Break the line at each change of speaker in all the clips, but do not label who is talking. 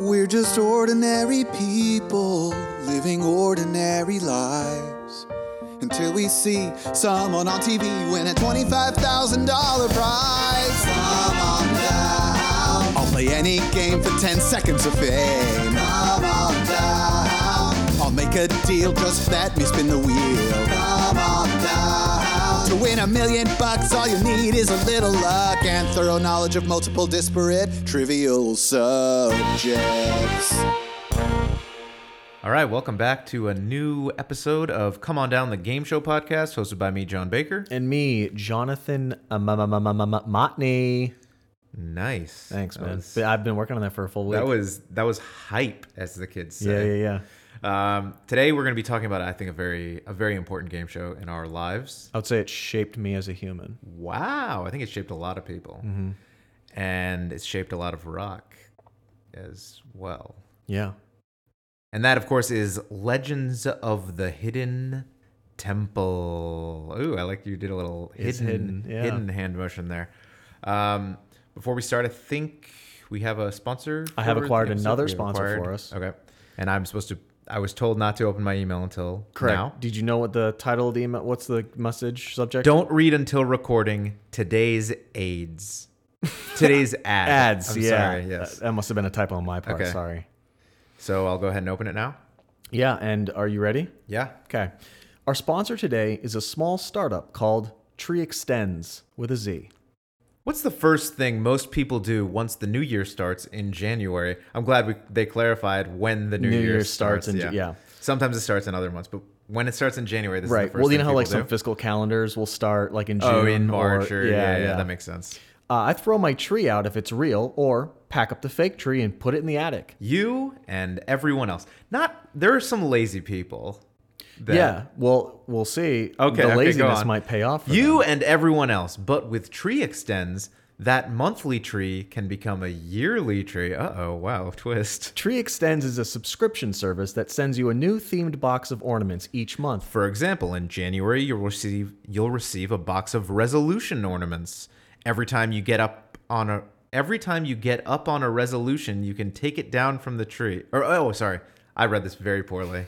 We're just ordinary people living ordinary lives until we see someone on TV win a $25,000 prize. Come on down. I'll play any game for 10 seconds of fame. Come on down. I'll make a deal, just let me spin the wheel. Come on down. To win a million bucks, all you need is a little luck and thorough knowledge of multiple disparate, trivial subjects.
All right, welcome back to a new episode of Come On Down, the game show podcast, hosted by me, John Baker.
And me, Jonathan uh, Motney.
Nice.
Thanks,
That
man.
was-
But I've been working on that for a full week.
That was that was hype, as the kids
yeah, yeah,
say.
yeah.
yeah. Um, today we're going to be talking about, I think, a very a very important game show in our lives.
I would say it shaped me as a human.
Wow, I think it shaped a lot of people,
Mm-hmm.
and it shaped a lot of rock as well.
Yeah.
And that, of course, is Legends of the Hidden Temple. Ooh, I like you did a little
It's
hidden hidden,
hidden, yeah.
hand motion there. Um, before we start, I think we have a sponsor.
I have
for the
acquired
episode.
another
We have
sponsor for us.
Okay, and I'm supposed to. I was told not to open my email until
Correct.
now.
Did you know what the title of the email? What's the message subject?
Don't read until recording today's aids. Today's ad.
ads.
I'm
yeah.
Sorry, yes.
That must have been a typo on my part.
Okay.
Sorry.
So I'll go ahead and open it now.
Yeah. And are you ready?
Yeah.
Okay. Our sponsor today is a small startup called Tree Extends with a Z.
What's the first thing most people do once the new year starts in January? I'm glad we, they clarified when the new,
New
year,
Year
starts.
starts in Ja- yeah.
Sometimes it starts in other months, but when it starts in January, this is
Right.
the first
Well, you
thing
know how like
people
some fiscal calendars will start like in
do.
June
oh, in March or, yeah, yeah,
that
that
makes.
makes sense.
Uh, I throw my tree out if it's real, or pack up the fake tree and put it in the attic.
You and everyone else. Not there are some lazy people. That,
Yeah. Well, we'll see.
Okay,
The
okay, go
laziness
on.
might pay off. For
You
them.
and everyone else, but with tree extends, that monthly tree can become a yearly tree. Uh oh! Wow, twist.
Tree Extends is a subscription service that sends you a new themed box of ornaments each month.
For example, in January you'll receive you'll receive a box of resolution ornaments. Every time you get up on a every time you get up on a resolution, you can take it down from the tree. Or oh, sorry. I read this very poorly.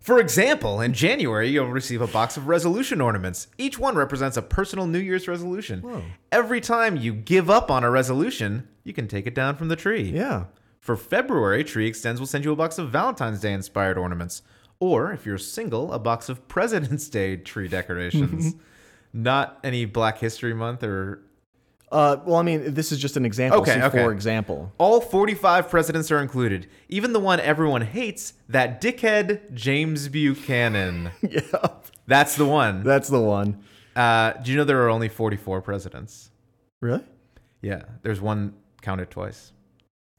For example, in January, you'll receive a box of resolution ornaments. Each one represents a personal New Year's resolution. Every time you give up on a resolution, you can take it down from the tree.
Yeah.
For February, Tree Extends will send you a box of Valentine's Day inspired ornaments, or if you're single, a box of President's Day tree decorations. Not any Black History Month or
Uh, well, I mean, this is just an example.
Okay,
See,
okay.
For example.
all 45 presidents are included, even the one everyone hates, that dickhead James Buchanan.
yeah.
That's the one.
That's the one.
Uh, do you know there are only 44 presidents?
Really?
Yeah, there's one counted twice.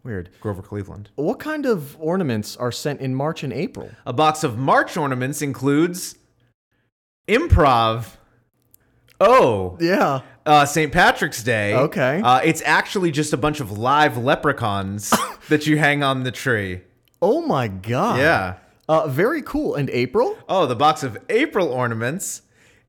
Weird.
Grover Cleveland.
What kind of ornaments are sent in March and April?
A box of March ornaments includes improv. Oh,
Yeah.
uh, St. Patrick's Day.
Okay.
Uh, it's actually just a bunch of live leprechauns that you hang on the tree.
Oh my god.
Yeah.
Uh, very cool. And April?
Oh, the box of April ornaments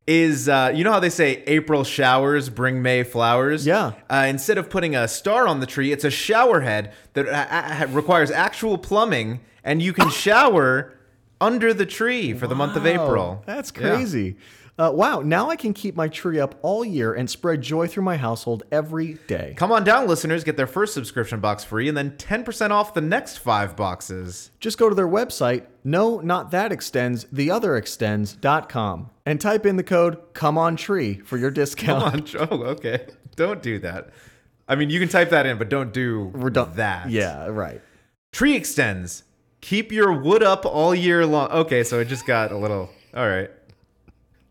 is, uh, you know how they say April showers bring May flowers?
Yeah.
Uh, instead of putting a star on the tree, it's a shower head that uh, uh, requires actual plumbing, and you can shower under the tree for the month of
Wow,
April.
That's
Yeah.
crazy. Uh, wow, now I can keep my tree up all year and spread joy through my household every day.
Come on down, listeners. Get their first subscription box free and then 10% off the next five boxes.
Just go to their website, no, not that extends, the other extends.com, and type in the code come on tree for your discount.
Come on, Joe. Okay. Don't do that. I mean, you can type that in, but don't do
We're done.
that.
Yeah, right.
Tree extends. Keep your wood up all year long. Okay, so it just got a little. All right.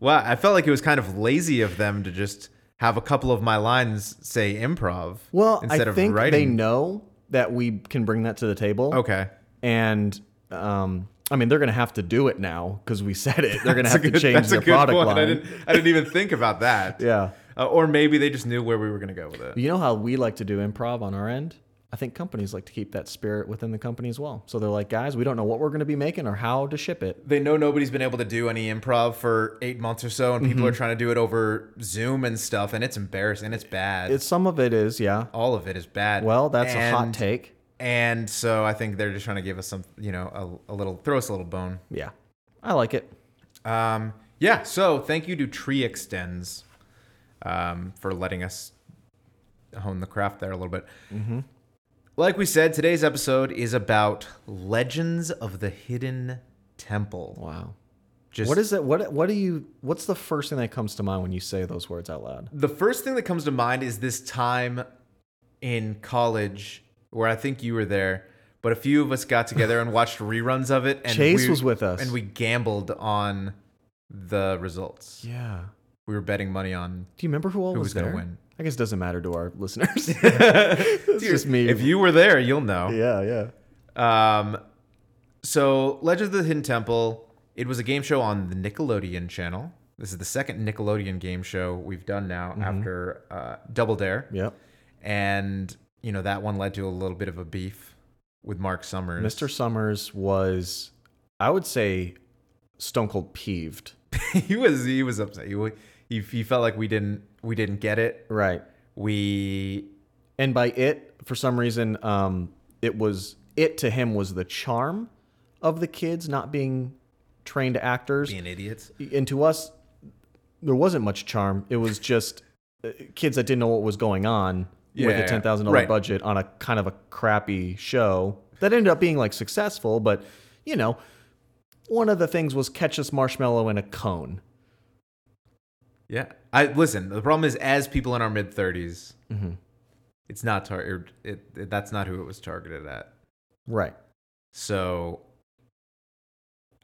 Wow, I felt like it was kind of lazy of them to just have a couple of my lines say improv
Well,
instead
I
of
think they
writing.
know that we can bring that to the table.
Okay.
And um, I mean, they're going to have to do it now because we said it. They're going to
That's a
have to
good-
change
that's a
their
good
product
point.
line.
I didn't, I didn't even think about that.
Yeah.
Uh, or maybe they just knew where we were going to go with it.
You know how we like to do improv on our end? I think companies like to keep that spirit within the company as well. So they're like, guys, we don't know what we're going to be making or how to ship it.
They know nobody's been able to do any improv for eight months or so, and people
Mhm.
are trying to do it over Zoom and stuff, and it's embarrassing. It's bad.
It's some of it is, yeah.
All of it is bad.
Well, that's a hot
And
take.
And so I think they're just trying to give us some, you know, a, a little throw us a little bone.
Yeah. I like it.
Um, yeah. So thank you to Tree Extends um, for letting us hone the craft there a little bit.
Mm-hmm.
Like we said, today's episode is about legends of the hidden temple.
Wow.
Just
What is it? What what do you what's the first thing that comes to mind when you say those words out loud?
the first thing that comes to mind is this time in college where I think you were there, but a few of us got together and watched reruns of it. And
Chase
we-
was with us.
and we gambled on the results.
Yeah.
We were betting money on
Do you remember who all
Who
was
was gonna
there?
win?
I guess it doesn't matter to our listeners. it's just me.
If you were there, you'll know.
yeah, yeah.
Um, so, Legend of the Hidden Temple. It was a game show on the Nickelodeon channel. This is the second Nickelodeon game show we've done now
Mm-hmm.
after uh, Double Dare.
Yep.
and you know that one led to a little bit of a beef with Mark Summers.
Mr. Summers was I would say stone cold peeved.
he was he was upset. He, wa- he he felt like we didn't we didn't get it.
Right.
We
and by it for some reason um it was it to him was the charm of the kids not being trained actors
being idiots.
and to us there wasn't much charm it was just uh, kids that didn't know what was going on
Yeah,
with a $10,000
right.
budget on a kind of a crappy show that ended up being like successful but you know one of the things was catch this marshmallow in a cone
Yeah. I listen. The problem is, as people in our mid 30s
Mm-hmm.
it's not tar- er, it, it that's not who it was targeted at.
right
So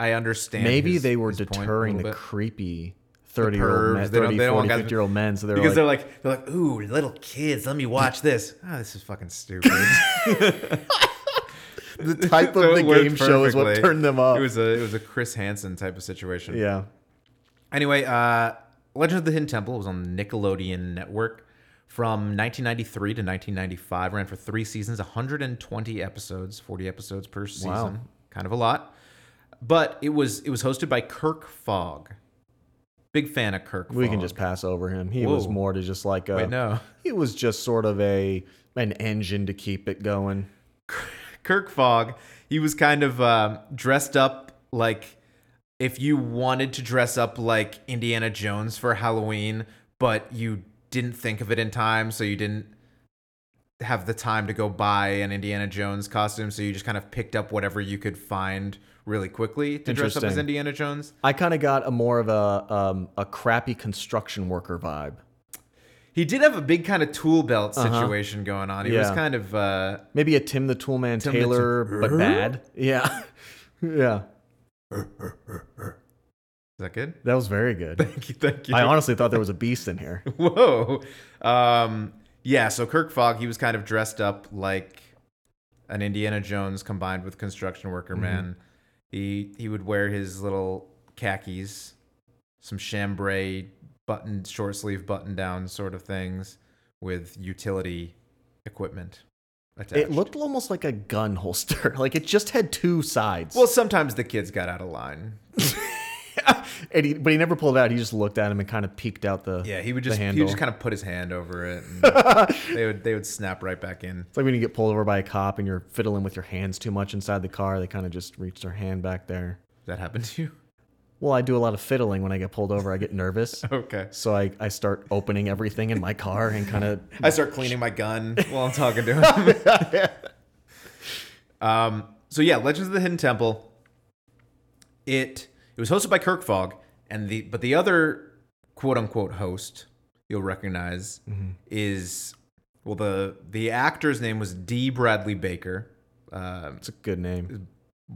I understand.
Maybe
his-
they were
his point a
deterring the
little bit.
creepy 30 year
pervs.
old men,
They don't-
30,
they don't want
40,
guys-
50 year old men. So they're
because
like,
they're like they're like, ooh, little kids, let me watch this. Ah, this is fucking stupid.
the type
So
of the
it worked
game show is what
perfectly.
turned them up.
It was a it was a Chris Hansen type of situation.
yeah.
Anyway, uh, Legend of the Hidden Temple was on the Nickelodeon network from 1993 to 1995. Ran for three seasons, 120 episodes, 40 episodes per season.
Wow.
Kind of a lot, but it was it was hosted by Kirk Fogg. Big fan of Kirk.
We can
Fogg.
just pass over him. He was
Whoa.
more to just like a.
Wait, no.
It was just sort of a an engine to keep it going.
Kirk Fogg, he was kind of um, dressed up like if you wanted to dress up like Indiana Jones for Halloween, but you didn't think of it in time, so you didn't have the time to go buy an Indiana Jones costume, so you just kind of picked up whatever you could find really quickly to dress up as
Interesting.
Indiana Jones.
I kind of got a more of a um, a crappy construction worker vibe.
He did have a big kind of tool belt situation going on. He was
Uh-huh. Yeah.
kind of uh,
Maybe a Tim the Toolman
the Tool-
Taylor, but bad. Yeah, yeah.
is that good?
That was very good.
Thank you, thank you.
I honestly thought there was a beast in here.
Whoa. Um, yeah, so Kirk Fogg, he was kind of dressed up like an Indiana Jones combined with construction worker
Mm-hmm.
man. He he would wear his little khakis, some chambray button short sleeve button down sort of things with utility equipment attached.
It looked almost like a gun holster. Like it just had two sides.
well, sometimes the kids got out of line.
and he, but he never pulled it out. He just looked at him and kind of peeked out the.
Yeah, he would
the
just he would
handle.
just kind of put his hand over it. And they would they would snap right back in.
It's like when you get pulled over by a cop and you're fiddling with your hands too much inside the car. They kind of just reach their hand back there.
That happened to you?
Well, I do a lot of fiddling when I get pulled over. I get nervous.
Okay.
So I, I start opening everything in my car and kind of
I start cleaning my gun while I'm talking to him. um, so yeah, Legends of the Hidden Temple. It it was hosted by Kirk Fogg, and the but the other quote unquote host you'll recognize is well the the actor's name was D. Bradley Baker, uh,
it's a good name.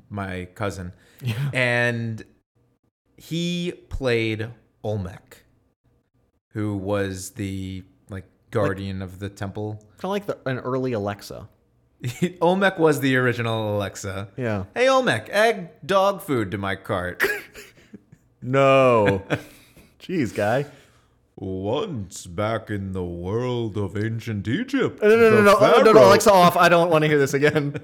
my cousin, and he played Olmec, who was the like guardian of the temple.
Kind of like the, an early Alexa.
Olmec was the original Alexa.
Yeah.
Hey Olmec, add dog food to my cart.
No. Jeez, guy.
Once back in the world of ancient Egypt.
No, no,
the
no, no, no, no, no,
Pharaoh-
Alexa off. I don't want to hear this again.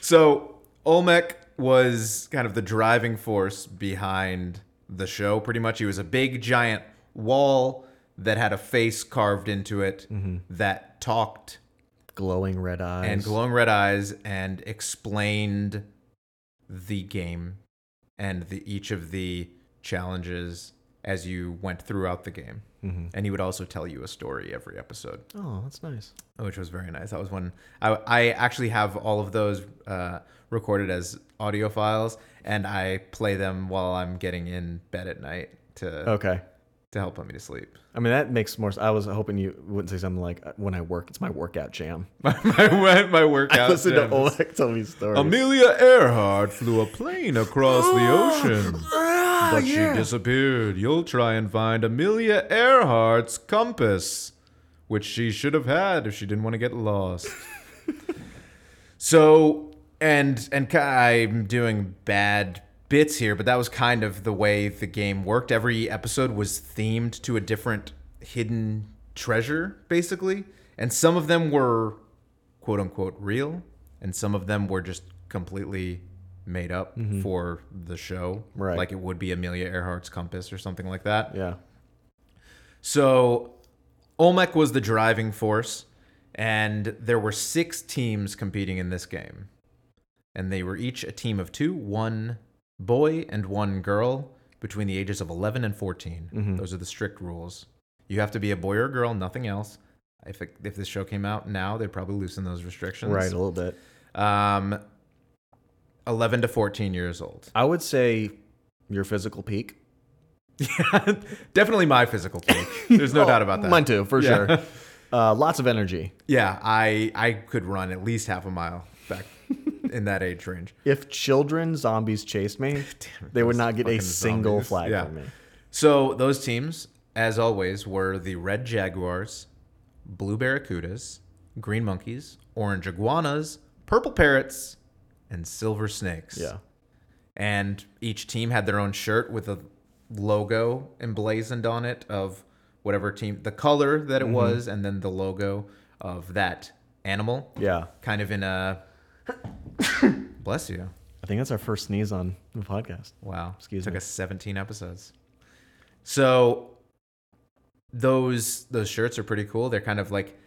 So Olmec was kind of the driving force behind the show. Pretty much, he was a big giant
Mm-hmm.
wall that had a face carved into it that talked
glowing red eyes.
and glowing red eyes and explained the game and the, each of the challenges as you went throughout the game.
Mhm.
And he would also tell you a story every episode,
Oh, that's nice.
which was very nice. That was when I, I actually have all of those uh, recorded as audio files, and I play them while I'm getting in bed at night to
Okay.
to help put me to sleep.
I mean, that makes more. s- I was hoping you wouldn't say something like, uh, "When I work, it's my workout jam."
my my, my workout.
I listen to
jams.
Oleg tell me stories.
Oh, Amelia Earhart flew a plane across the
Oh.
ocean, but she disappeared. You'll try and find Amelia Earhart's compass, which she should have had if she didn't want to get lost. so, and and ki- I'm doing bad bits here, but that was kind of the way the game worked. Every episode was themed to a different hidden treasure, basically, and some of them were quote unquote real, and some of them were just completely made up for the show.
Right.
Like it would be Amelia Earhart's compass or something like that.
yeah.
So Olmec was the driving force, and there were six teams competing in this game. And they were each a team of two one boy and one girl between the ages of 11 and 14. Those are the strict rules. You have to be a boy or a girl, nothing else. If, it, if this show came out now, they'd probably loosen those restrictions.
Right, a little bit.
Um, 11 to 14 years old.
I would say your physical peak.
Yeah, definitely my physical peak. There's no
Oh,
doubt about that.
Mine too, for
Yeah.
sure. Uh, lots of energy,
Yeah, I I could run at least half a mile back in that age range.
If children zombies chased me, they would not get a
fucking
single
zombies.
flag
Yeah.
from me.
So those teams, as always, were the Red Jaguars, Blue Barracudas, Green Monkeys, Orange Iguanas, Purple Parrots, and Silver Snakes.
Yeah.
And each team had their own shirt with a logo emblazoned on it of whatever team, the color that
Mm-hmm.
it was, and then the logo of that animal.
Yeah.
Kind of in a. Bless you.
I think that's our first sneeze on the podcast.
Wow.
Excuse
Took
me.
us 17 episodes. So those those shirts are pretty cool. They're kind of like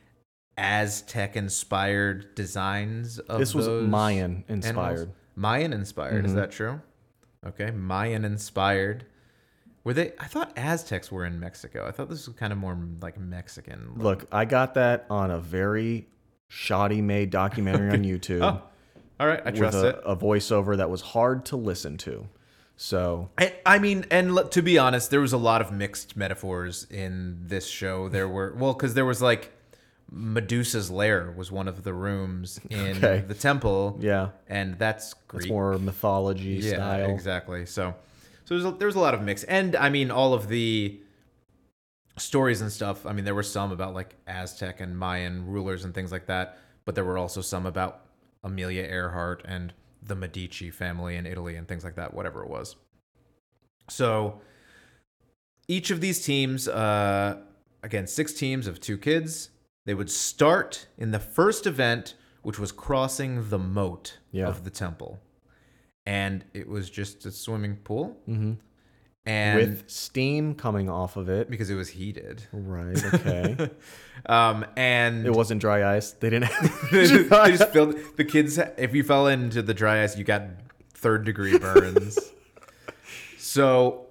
Aztec inspired designs of
This was
those
Mayan
animals.
inspired. Mm-hmm.
Mayan inspired, is that true? Okay, Mayan inspired. Were they I thought Aztecs were in Mexico. I thought this was kind of more like Mexican.
Look, I got that on a very shoddy made documentary on YouTube
Oh, all right, I
with
trust
a,
it.
a voiceover that was hard to listen to. So
I, I mean, and look, to be honest, there was a lot of mixed metaphors in this show. There were well, because there was like Medusa's lair was one of the rooms in
Okay.
the temple.
Yeah.
and that's Greek.
it's more mythology
yeah,
style.
exactly. So, so there's a, there's a lot of mix, and I mean, all of the stories and stuff. I mean, there were some about like Aztec and Mayan rulers and things like that, but there were also some about Amelia Earhart and the Medici family in Italy and things like that. Whatever it was. So each of these teams, uh, again, six teams of two kids, they would start in the first event, which was crossing the moat
Yeah.
of the temple. And it was just a swimming pool.
Mhm.
And
With steam coming off of it.
because it was heated.
Right. Okay.
Um, and
it wasn't dry ice. They didn't have
they just,
dry
they just filled the kids. If you fell into the dry ice, you got third degree burns. so,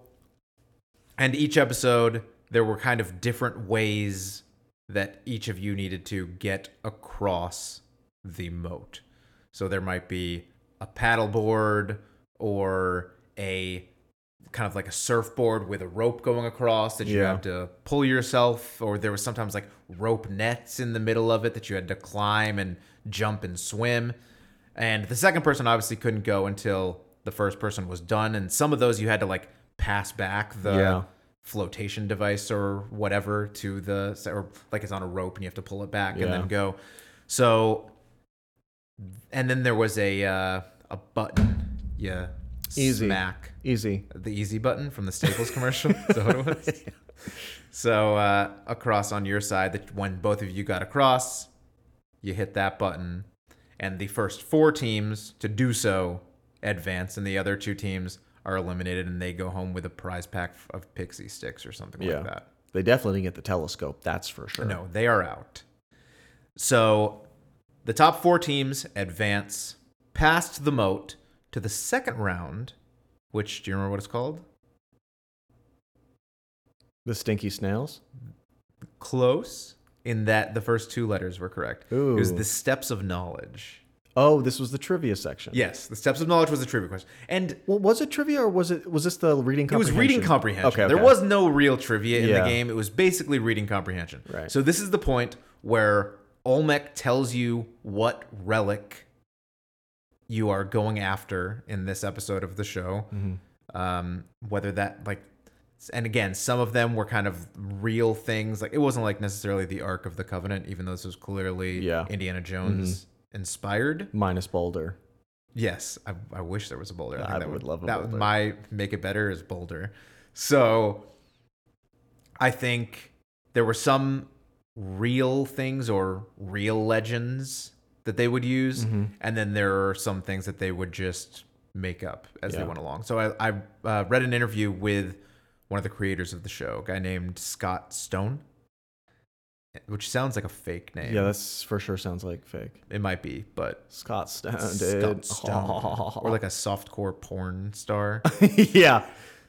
and each episode, there were kind of different ways that each of you needed to get across the moat. So there might be a paddleboard or a kind of like a surfboard with a rope going across that you
Yeah.
have to pull yourself or there was sometimes like rope nets in the middle of it that you had to climb and jump and swim and the second person obviously couldn't go until the first person was done and some of those you had to like pass back the
Yeah.
flotation device or whatever to the or like it's on a rope and you have to pull it back and
Yeah.
then go so and then there was a uh, a button yeah
Easy.
smack
Easy.
the easy button from the Staples commercial. Is that what it was? So uh, across on your side, that when both of you got across, you hit that button, and the first four teams to do so advance, and the other two teams are eliminated, and they go home with a prize pack f- of pixie sticks or something
Yeah.
like that.
They definitely didn't get the telescope. That's for sure.
No, they are out. So The top four teams advance past the moat to the second round, which do you remember what it's called?
The stinky snails.
Close in that the first two letters were correct. It was
Ooh.
the steps of knowledge.
Oh, this was the trivia section.
Yes, the steps of knowledge was a trivia question. And
Well, was it trivia or was it was this the reading
it was
comprehension?
reading comprehension.
Okay,
There
okay.
was no real trivia in
Yeah.
the game. It was basically reading comprehension.
Right.
So this is the point where Olmec tells you what relic you are going after in this episode of the show.
Mm-hmm.
Um, whether that like and again, some of them were kind of real things. Like it wasn't like necessarily the Ark of the Covenant, even though this was clearly
Yeah. Mm-hmm.
Indiana Jones inspired.
minus Boulder.
Yes, I, I wish there was a boulder. I, think
I
that
would love a
that.
boulder.
My make it better is boulder. So I think there were some real things or real legends that they would use,
Mm-hmm.
and then there are some things that they would just make up as they
Yeah.
went along. So I, I uh, read an interview with one of the creators of the show, a guy named Scott Stone, which sounds like a fake name.
Yeah, that's for sure sounds like fake.
it might be, but
Scott Stone,
Scott
dude.
Stone. or like a softcore porn star.
yeah,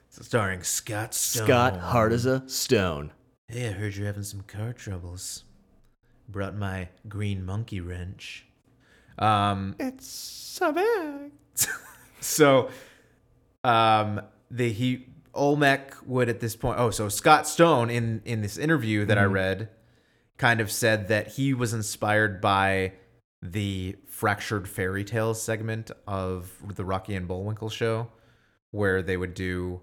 Starring Scott Stone.
Scott hard as a stone.
Hey, I heard you're having some car troubles. Brought my green monkey wrench. Um,
It's a bag.
so um the he Olmec would at this point oh so Scott Stone in in this interview that I
Mm-hmm.
read kind of said that he was inspired by the fractured fairy tales segment of the Rocky and Bullwinkle show where they would do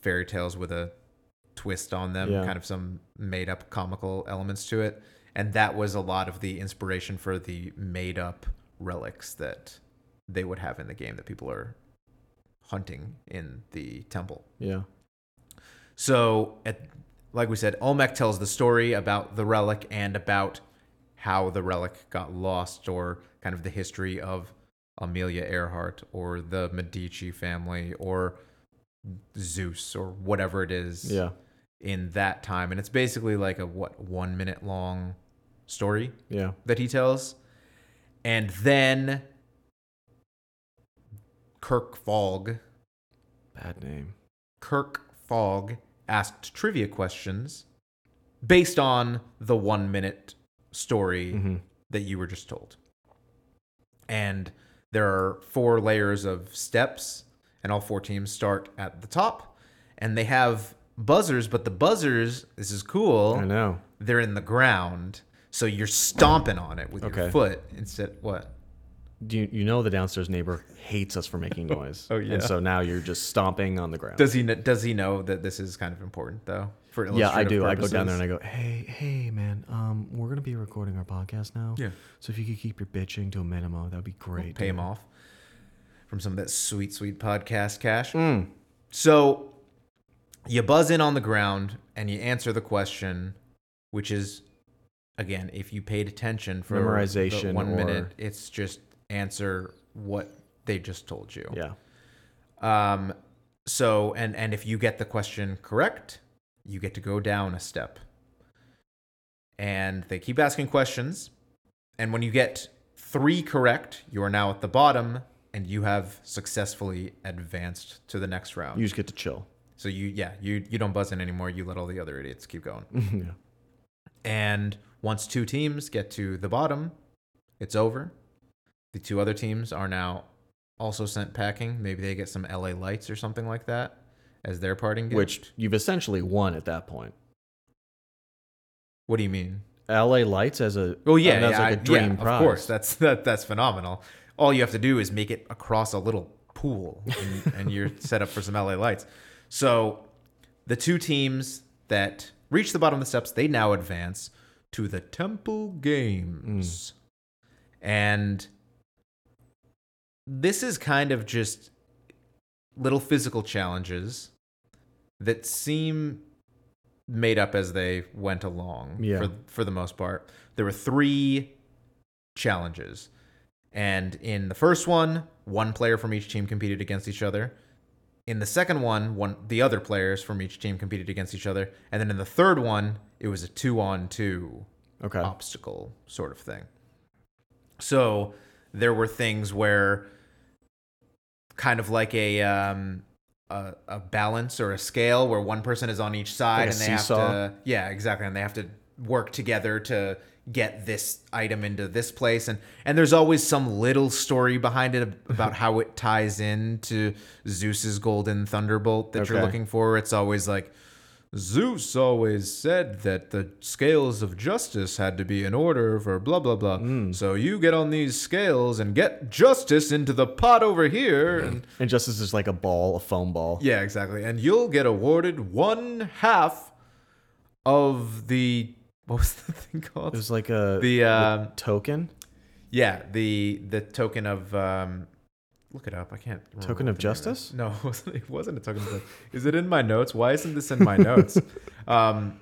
fairy tales with a twist on them
Yeah.
kind of some made up comical elements to it and that was a lot of the inspiration for the made up relics that they would have in the game that people are hunting in the temple.
Yeah.
So, at, like we said, Olmec tells the story about the relic and about how the relic got lost, or kind of the history of Amelia Earhart, or the Medici family, or Zeus, or whatever it is
Yeah.
in that time. And it's basically like a what one minute long story
Yeah.
that he tells. And then Kirk Fogg,
Bad name.
Kirk Fogg asked trivia questions based on the one minute story
Mhm.
that you were just told. And there are four layers of steps, and all four teams start at the top. And they have buzzers, but the buzzers, this is cool
I know.
they're in the ground, so you're stomping on it with your
Okay.
foot instead. What?
Do you, you know the downstairs neighbor hates us for making noise?
Oh, yeah.
And so now you're just stomping on the ground.
Does he kn- does he know that this is kind of important though? For
yeah, I
illustrative
do. I go
purposes?
down there and I go, hey, hey, man, um, we're gonna be recording our podcast now.
Yeah.
So if you could keep your bitching to a minimum, that'd be great.
pay him off from some of that sweet sweet podcast cash.
Hmm.
So you buzz in on the ground and you answer the question, which is again, if you paid attention for the
Memorization
one
or-
minute, it's just answer what they just told you.
Yeah.
Um, so and and if you get the question correct, you get to go down a step. And they keep asking questions, and when you get three correct, you are now at the bottom, and you have successfully advanced to the next round.
You just get to chill.
so you yeah you you don't buzz in anymore. You let all the other idiots keep going.
yeah.
And once two teams get to the bottom, it's over. The two other teams are now also sent packing. Maybe they get some LA lights or something like that as their parting gift.
Which you've essentially won at that point.
what do you mean?
L.A. Lights as a
Well, Oh, yeah,
and that's
yeah,
like
I-
a dream
yeah,
prize.
Of course, that's that that's phenomenal. All you have to do is make it across a little pool, and, and you're set up for some LA lights. So, the two teams that reach the bottom of the steps they now advance to the Temple
Mm.
Games, and this is kind of just little physical challenges that seem made up as they went along
Yeah.
for for the most part. There were 3 challenges. And in the first one, one player from each team competed against each other. In the second one, one the other players from each team competed against each other. And then in the third one, it was a 2 on 2
Okay.
obstacle sort of thing. So there were things where kind of like a um a, a balance or a scale where one person is on each side
Like a
and they
seesaw.
have to Uh, yeah exactly and they have to work together to get this item into this place and and there's always some little story behind it ab- about how it ties in to Zeus's golden thunderbolt that you're
Okay.
looking for it's always like Zeus always said that the scales of justice had to be in order for blah blah blah. So you get on these scales and get justice into the pot over here and
And Justice is like a ball, a foam ball.
yeah, exactly. And you'll get awarded one half of the what was the thing called?
It was like a
the um
token,
yeah, the the token of um look it up. I can't remember
Token
what
of
the name is.
justice?
No, it wasn't, it wasn't a token of justice. Is it in my notes? Why isn't this in my notes? Um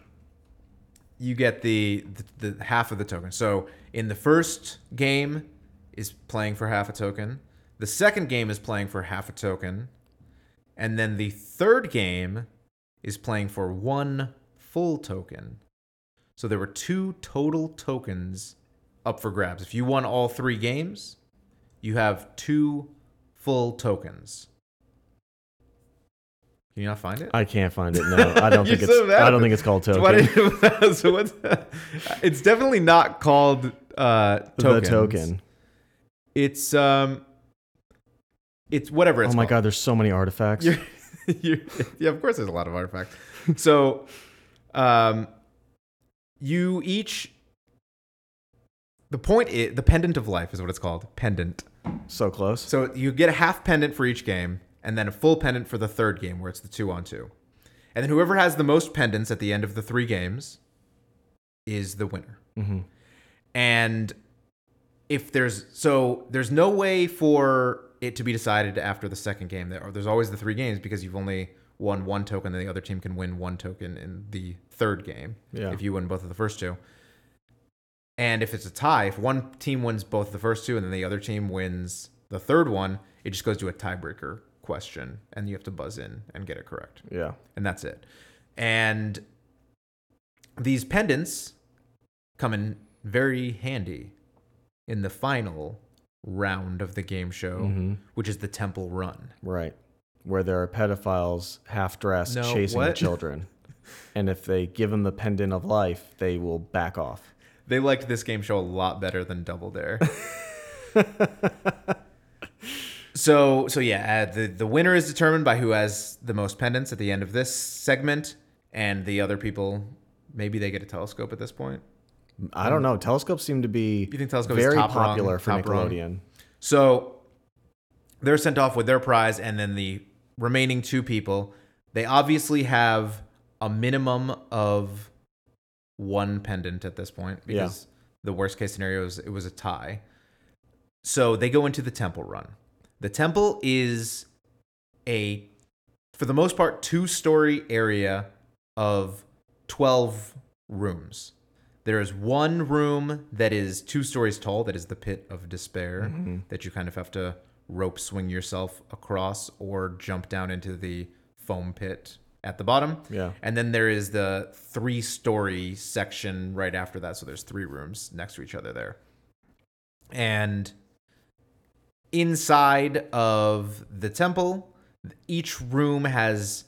you get the, the the half of the token. So in the first game is playing for half a token. The second game is playing for half a token. And then the third game is playing for one full token. So there were two total tokens up for grabs. If you won all three games, you have two full tokens. Can you not find it?
I can't find it. No, I don't
You're
think it's.
so mad
I
at
don't
me.
think it's called
So
token.
what is- so what's- it's definitely not called uh,
the
tokens.
token.
It's um, it's whatever
Oh
it's.
my
called.
god, there's so many artifacts.
You're, you're, yeah, of course, there's a lot of artifacts. So, um, you each. The point is the pendant of life is what it's called. Pendant.
So close.
So you get a half pendant for each game, and then a full pendant for the third game, where it's the two on two. And then whoever has the most pendants at the end of the three games is the winner.
Mhm.
And if there's so there's no way for it to be decided after the second game. There, there's always the three games because you've only won one token. Then the other team can win one token in the third game
Yeah.
if you win both of the first two. And if it's a tie, if one team wins both the first two and then the other team wins the third one, it just goes to a tiebreaker question, and you have to buzz in and get it correct
yeah.
and that's it. And these pendants come in very handy in the final round of the game show,
Mhm.
which is the temple run.
Right. Where there are pedophiles half dressed
No,
chasing
what?
children. and if they give them the pendant of life, they will back off.
They liked this game show a lot better than Double Dare. so so yeah, uh, the the winner is determined by who has the most pendants at the end of this segment, and the other people maybe they get a telescope at this point.
I don't know. Telescopes seem to be
You think telescope is
very
top rung,
popular for
top rung?
Nickelodeon.
So they're sent off with their prize, and then the remaining two people, they obviously have a minimum of one pendant at this point because the worst case scenario is it was a tie. So they go into the temple run. The temple is a, for the most part, two story area of 12 rooms. There is one room that is two stories tall, that is the pit of despair, that you kind of have to rope swing yourself across or jump down into the foam pit at the bottom.
Yeah.
And then there is the three story section right after that. So there's three rooms next to each other there. And inside of the temple, each room has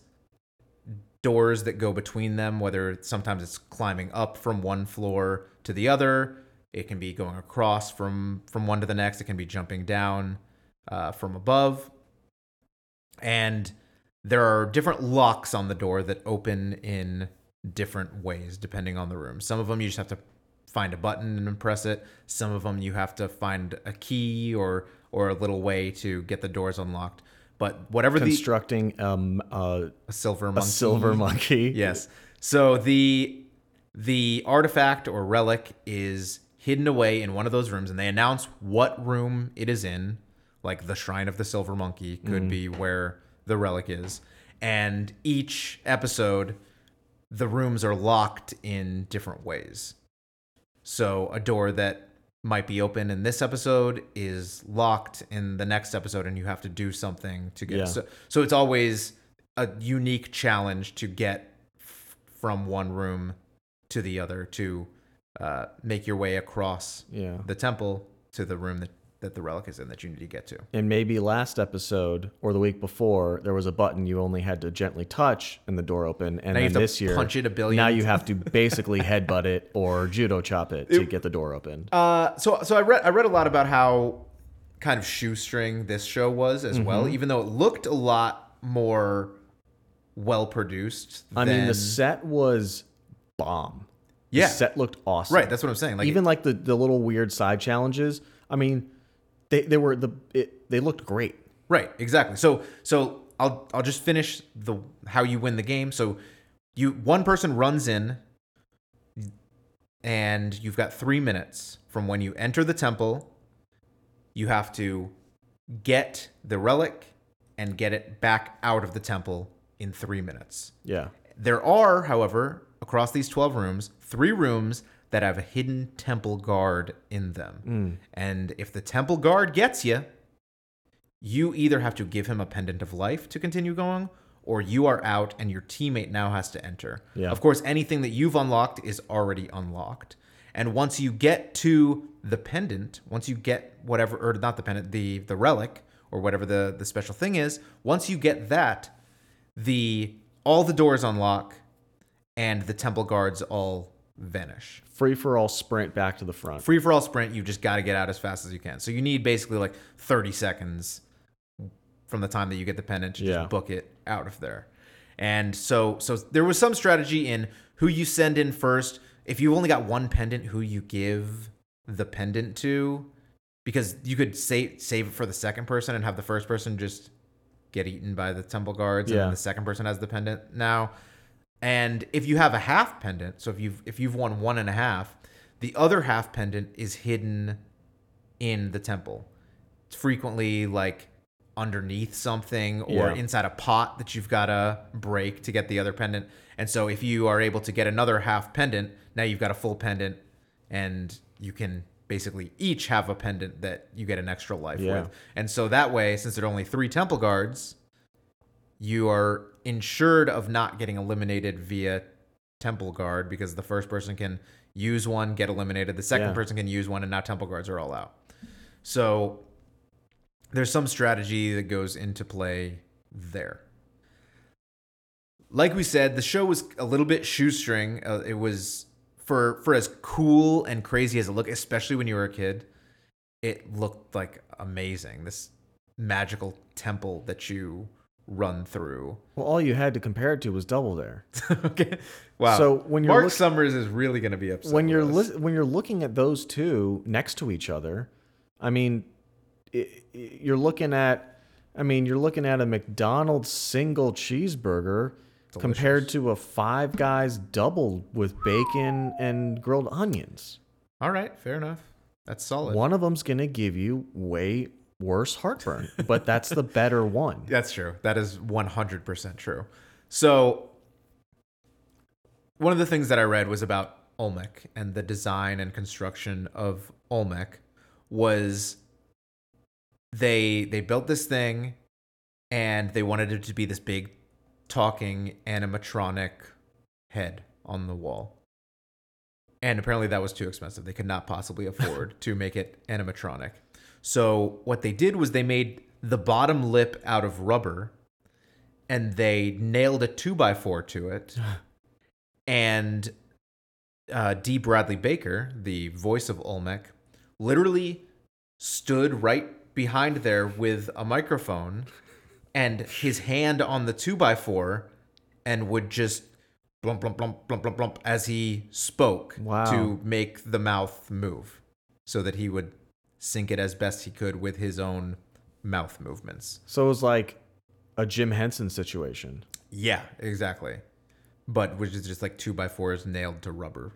doors that go between them, whether sometimes it's climbing up from one floor to the other, it can be going across from, from one to the next, it can be jumping down uh, from above. And there are different locks on the door that open in different ways depending on the room. Some of them you just have to find a button and press it. Some of them you have to find a key or or a little way to get the doors unlocked. But whatever the
Constructing um, uh,
a silver
a
monkey.
silver monkey.
Yes. So the the artifact or relic is hidden away in one of those rooms, and they announce what room it is in. Like the shrine of the silver monkey could
Mm.
be where the relic is, and each episode, the rooms are locked in different ways. So a door that might be open in this episode is locked in the next episode, and you have to do something to get.
Yeah.
So, so it's always a unique challenge to get f- from one room to the other to uh, make your way across
Yeah.
the temple to the room that, that the relic is in that you need to get to.
And maybe last episode or the week before, there was a button you only had to gently touch and the door open.
Now
And then
you have to
this year,
punch it a billion
Now you have to basically headbutt it or judo chop it to get the door open.
Uh, so so I read I read a lot about how kind of shoestring this show was as
Mm-hmm.
well, even though it looked a lot more well produced.
I mean, the set was bomb. The
Yeah.
set looked awesome.
right. That's what I'm saying. Like
Even like the, the little weird side challenges. I mean, they, they were the it, they looked great.
Right, exactly. So so I'll I'll just finish the how you win the game. So you one person runs in and you've got 3 minutes from when you enter the temple. You have to get the relic and get it back out of the temple in 3 minutes.
Yeah.
There are, however, across these 12 rooms, three rooms that have a hidden temple guard in them. And if the temple guard gets you, you either have to give him a pendant of life to continue going, or you are out and your teammate now has to enter.
Yeah.
Of course, anything that you've unlocked is already unlocked. And once you get to the pendant, once you get whatever, or not the pendant, the, the relic, or whatever the, the special thing is, once you get that, the all the doors unlock and the temple guards all vanish.
Free for all sprint back to the front.
Free for all sprint, you just got to get out as fast as you can. So you need basically like 30 seconds from the time that you get the pendant to
Yeah.
just book it out of there. And so so there was some strategy in who you send in first. If you only got one pendant, who you give the pendant to because you could save save it for the second person and have the first person just get eaten by the temple guards and
Yeah.
then the second person has the pendant now. And if you have a half pendant, so if you've if you've won one and a half, the other half pendant is hidden in the temple. It's frequently like underneath something or
Yeah.
inside a pot that you've got to break to get the other pendant. And so if you are able to get another half pendant, now you've got a full pendant and you can basically each have a pendant that you get an extra life
Yeah.
with. And so that way, since there are only three temple guards, you are insured of not getting eliminated via temple guard because the first person can use one, get eliminated. The second
Yeah.
person can use one, and now temple guards are all out. So there's some strategy that goes into play there. Like we said, the show was a little bit shoestring. Uh, it was for for as cool and crazy as it looked, especially when you were a kid. It looked like amazing. This magical temple that you run through.
Well, all you had to compare it to was double there.
okay. Wow.
So when you're
Mark
look-
Summers is really going to be upset.
when
with
you're
us.
lis- when you're looking at those two next to each other, I mean, i i- you're looking at, I mean, you're looking at a McDonald's single cheeseburger compared to a Five Guys double with bacon and grilled onions.
all right, fair enough. That's solid.
One of them's gonna give you way worse heartburn, but that's the better one.
That's true. That is 100% true. So, one of the things that I read was about Olmec and the design and construction of Olmec was they they built this thing and they wanted it to be this big talking animatronic head on the wall. And apparently that was too expensive. They could not possibly afford to make it animatronic. So what they did was they made the bottom lip out of rubber and they nailed a two by four to it. and uh, D. Bradley Baker, the voice of Olmec, literally stood right behind there with a microphone and his hand on the two by four and would just blump blump blump blump blump blump as he spoke
Wow.
to make the mouth move so that he would sync it as best he could with his own mouth movements.
So it was like a Jim Henson situation.
Yeah, exactly. But which is just like two by fours nailed to rubber.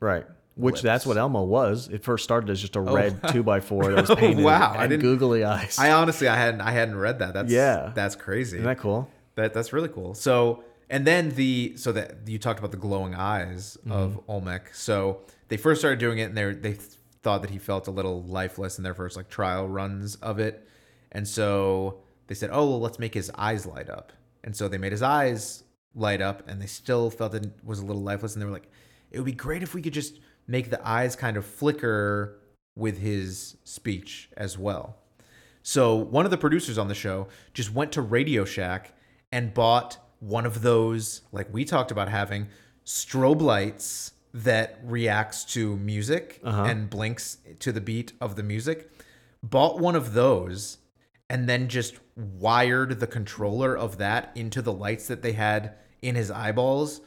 Right. Which that's what Elmo was. It first started as just a red two by four that
Oh,
was painted
wow.
and
I didn't-
googly eyes.
I honestly, I hadn't, I hadn't read that. That's
Yeah.
that's crazy.
Isn't that cool?
That that's really cool. So and then the so that you talked about the glowing eyes of Olmec. So they first started doing it, and they were- they thought that he felt a little lifeless in their first like trial runs of it, and so they said, oh well, let's make his eyes light up. And so they made his eyes light up, and they still felt it was a little lifeless, and they were like, it would be great if we could just make the eyes kind of flicker with his speech as well. So one of the producers on the show just went to Radio Shack and bought one of those, like we talked about having, strobe lights that reacts to music and blinks to the beat of the music. Bought one of those and then just wired the controller of that into the lights that they had in his eyeballs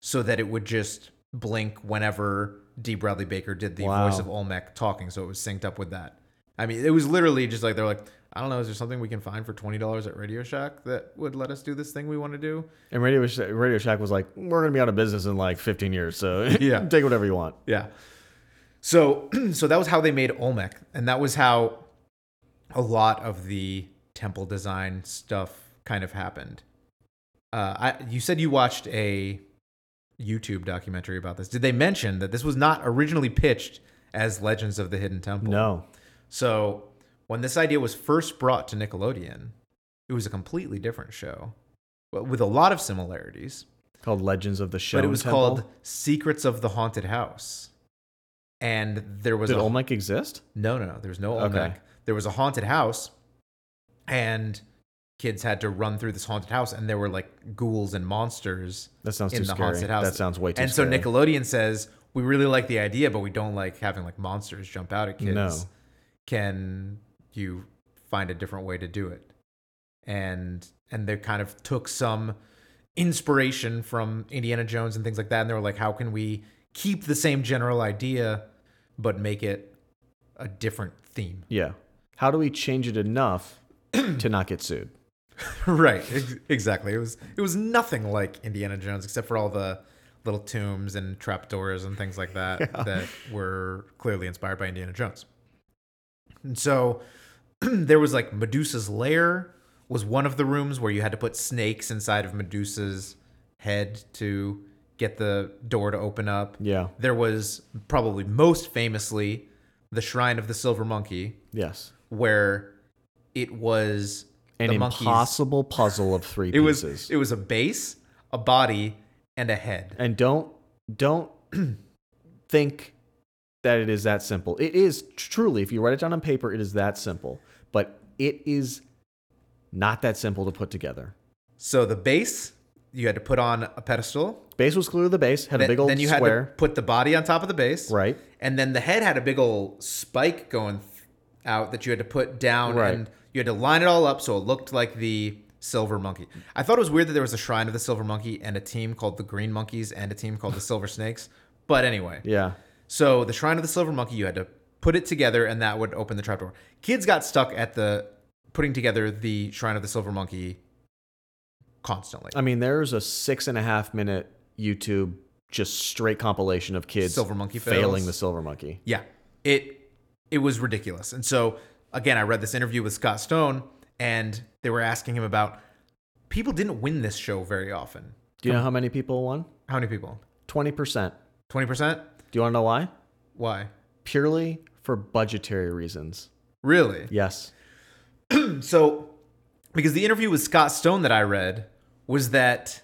so that it would just blink whenever D. Bradley Baker did the
Wow.
voice of Olmec talking, so it was synced up with that. I mean, it was literally just like they're like, I don't know, is there something we can find for twenty dollars at Radio Shack that would let us do this thing we want to do?
And Radio Shack, Radio Shack was like, we're gonna be out of business in like 15 years, so
Yeah.
take whatever you want.
Yeah. So so that was how they made Olmec, and that was how a lot of the temple design stuff kind of happened. Uh, I, you said you watched a YouTube documentary about this. Did they mention that this was not originally pitched as Legends of the Hidden Temple?
No,
So when this idea was first brought to Nickelodeon, it was a completely different show, but with a lot of similarities.
called Legends of the Show.
but it was called Secrets of the Haunted House, and there was
Did
a,
Olmec exist?
no, no, no. There was no
Okay.
Olmec. There was a haunted house, and kids had to run through this haunted house, and there were like ghouls and monsters
That sounds
in
too
the
scary.
haunted house.
That sounds way too
And
scary.
so Nickelodeon says we really like the idea, but we don't like having like monsters jump out at kids.
No.
Can you find a different way to do it? And and they kind of took some inspiration from Indiana Jones and things like that, and they were like, how can we keep the same general idea but make it a different theme?
Yeah. How do we change it enough to not get sued?
right ex- exactly it was it was nothing like indiana jones except for all the little tombs and trapdoors and things like that that were clearly inspired by indiana jones and so there was like medusa's lair was one of the rooms where you had to put snakes inside of medusa's head to get the door to open up
Yeah.
there was probably most famously the shrine of the silver monkey
Yes.
where it was
An
the monkeys
impossible puzzle of three
it
pieces.
was it was a base, a body, and a head.
and don't don't think that it is that simple. It is truly, if you write it down on paper, it is that simple. But it is not that simple to put together.
So the base you had to put on a pedestal.
Base was clearly the base, had a
Then,
big old
then you had to
square.
put the body on top of the base.
Right.
And then the head had a big old spike going th- out that you had to put down
Right.
and you had to line it all up so it looked like the silver monkey. I thought it was weird that there was a shrine of the silver monkey and a team called the green monkeys and a team called the silver snakes. But anyway.
Yeah.
So the Shrine of the Silver Monkey, you had to put it together, and that would open the trapdoor. Kids got stuck at the putting together the Shrine of the Silver Monkey constantly.
I mean, there's a six and a half minute YouTube just straight compilation of kids
Silver monkey
failing
fails.
the silver monkey.
Yeah, it it was ridiculous. And so again, I read this interview with Scott Stone, and they were asking him about people didn't win this show very often.
Do you know how many people won?
How many people?
Twenty percent.
Twenty percent?
Do you want to know why?
Why?
Purely for budgetary reasons.
Really?
Yes.
So, because the interview with Scott Stone that I read was that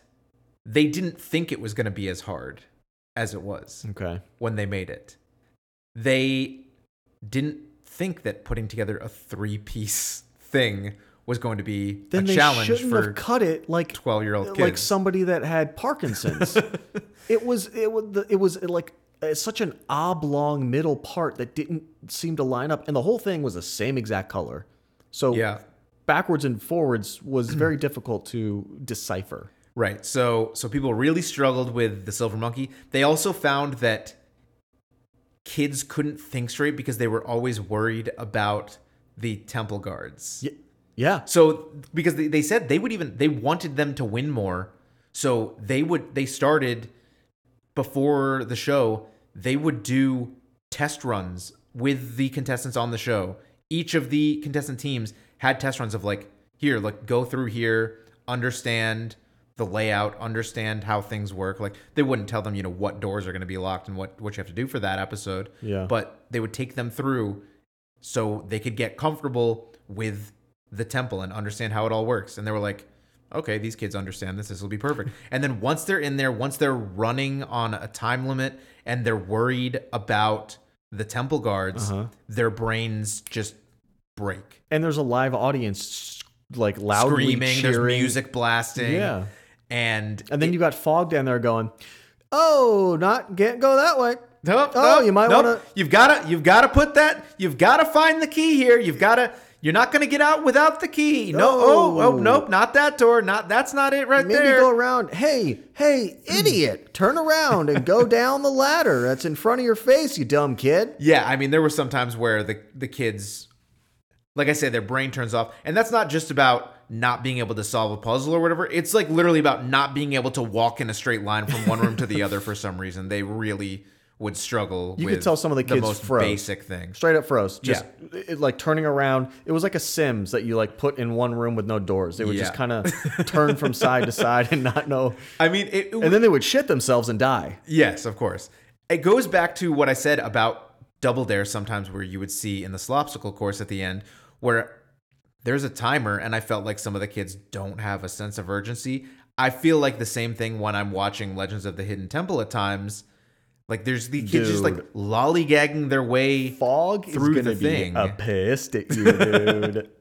they didn't think it was going to be as hard as it was
Okay.
when they made it. They didn't think that putting together a three piece thing was going to be
Then
a
they
challenge
shouldn't
for
have cut it like
12 year old kids.
like somebody that had Parkinson's. it was it was the- it was like uh, such an oblong middle part that didn't seem to line up, and the whole thing was the same exact color. So
yeah.
backwards and forwards was very difficult to decipher.
Right. So so people really struggled with the silver monkey. They also found that kids couldn't think straight because they were always worried about the temple guards.
Y- Yeah.
So because they, they said they would even they wanted them to win more. So they would they started before the show, they would do test runs with the contestants on the show. Each of the contestant teams had test runs of like, here, like go through here, understand the layout, understand how things work. Like they wouldn't tell them, you know, what doors are going to be locked and what what you have to do for that episode.
Yeah.
But they would take them through so they could get comfortable with the temple and understand how it all works. And they were like, okay, these kids understand this. This will be perfect. and then once they're in there, once they're running on a time limit and they're worried about the temple guards,
Uh-huh.
their brains just break.
and there's a live audience s- like loudly
Screaming, there's
cheering.
music blasting.
Yeah.
And,
and then you got fog down there going, "Oh, not can't go that way."
Nope,
Oh,
nope,
you might
nope.
wanna-
You've got to. You've got to put that. You've got to find the key here. You've got to. You're not going to get out without the key. No. Oh, oh,
No.
nope. Not that door. Not that's not it right
Maybe
there.
go around. Hey, hey, idiot! Turn around and go down the ladder that's in front of your face, you dumb kid.
yeah, I mean, there were some times where the the kids, like I said, their brain turns off, and that's not just about not being able to solve a puzzle or whatever. It's like literally about not being able to walk in a straight line from one room to the other for some reason. They really would struggle.
You
with
could tell some of the kids
most
froze.
basic things.
Straight up froze. Just
Yeah.
it, like turning around. It was like a Sims that you like put in one room with no doors. They would just
Yeah.
kind of turn from side to side and not know.
I mean, it, it
And then they would shit themselves and die.
Yes, of course. It goes back to what I said about Double Dare sometimes, where you would see in the Slopsicle course at the end, where there's a timer, and I felt like some of the kids don't have a sense of urgency. I feel like the same thing when I'm watching Legends of the Hidden Temple at times. Like there's the kids just like
Dude.
lollygagging their way.
Fog
Through
is
the
gonna be
thing.
a pissed at you, dude.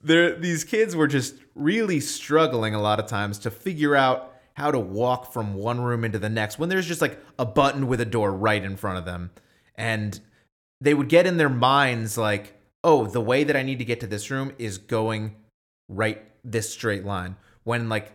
There, these kids were just really struggling a lot of times to figure out how to walk from one room into the next when there's just like a button with a door right in front of them. And they would get in their minds like, oh, the way that I need to get to this room is going right this straight line. When like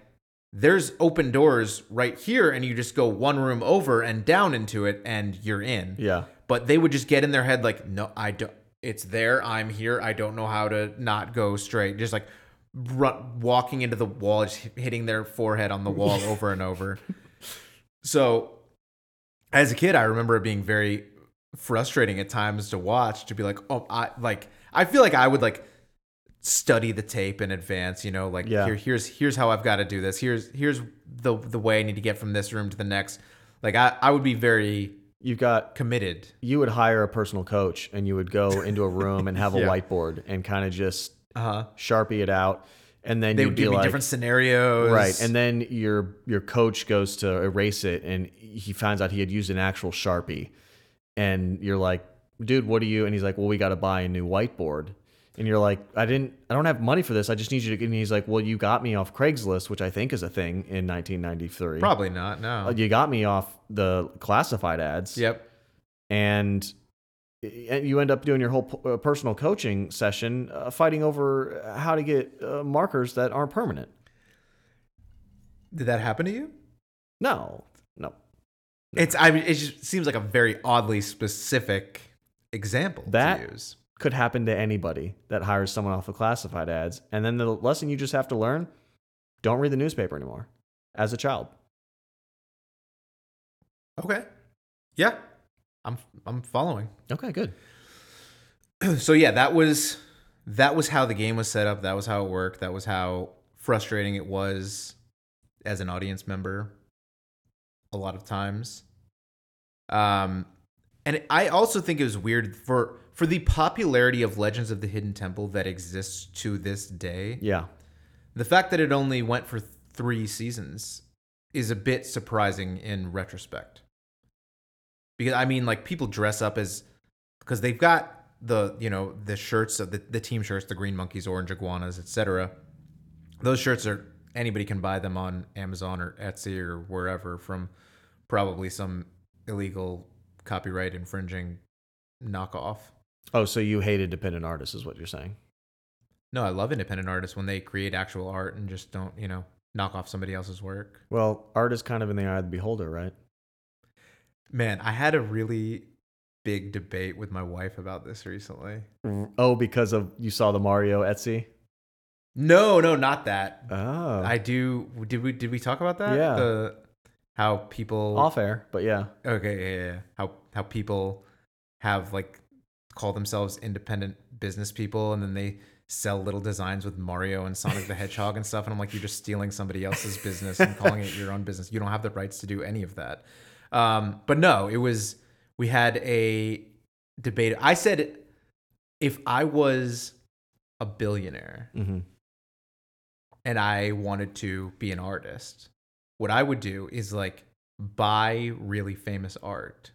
there's open doors right here and you just go one room over and down into it and you're in
yeah.
but they would just get in their head like no i don't it's there i'm here i don't know how to not go straight just like run, walking into the wall just hit- hitting their forehead on the wall over and over so as a kid i remember it being very frustrating at times to watch to be like oh i like i feel like i would like study the tape in advance you know like
Yeah.
here here's here's how i've got to do this here's here's the the way i need to get from this room to the next like i i would be very
You've got
committed
you would hire a personal coach and you would go into a room and have a
Yeah.
whiteboard and kind of just
uh-huh
sharpie it out and then
they
you'd
would give
be
me
like
different scenarios
right and then your your coach goes to erase it and he finds out he had used an actual sharpie and you're like dude what do you and he's like well we got to buy a new whiteboard and you're like i didn't i don't have money for this i just need you to and he's like well you got me off craigslist which i think is a thing in 1993
probably not no
you got me off the classified ads
yep
and and you end up doing your whole p- uh, personal coaching session uh, fighting over how to get uh, markers that aren't permanent.
did that happen to you
No, no,
it's i mean, it just seems like a very oddly specific example
That-
to use
could happen to anybody that hires someone off of classified ads. And then the lesson you just have to learn: don't read the newspaper anymore. As a child,
okay yeah i'm i'm following
okay, good.
so yeah that was that was how the game was set up that was how it worked that was how frustrating it was as an audience member a lot of times um and i also think it was weird for for the popularity of legends of the hidden temple that exists to this day
Yeah,
the fact that it only went for three seasons is a bit surprising in retrospect. Because I mean, like people dress up as because they've got the you know the shirts of the, the team shirts, the green monkeys, orange iguanas, etc. Those shirts are anybody can buy them on Amazon or Etsy or wherever from probably some illegal copyright infringing knockoff.
Oh, so you hate independent artists, is what you're saying?
No, I love independent artists when they create actual art and just don't you know knock off somebody else's work.
Well, art is kind of in the eye of the beholder, right?
Man, I had a really big debate with my wife about this recently.
Oh, because of you saw the Mario Etsy.
No, no, not that.
Oh,
I do. Did we did we talk about that?
Yeah.
The, how people.
off air, but yeah.
Okay. Yeah, yeah, yeah. How how people have like call themselves independent business people, and then they sell little designs with Mario and Sonic the Hedgehog and stuff. And I'm like, you're just stealing somebody else's business and calling it your own business. You don't have the rights to do any of that. Um, but no, it was we had a debate. I said if I was a billionaire
Mm-hmm.
and I wanted to be an artist, what I would do is like buy really famous art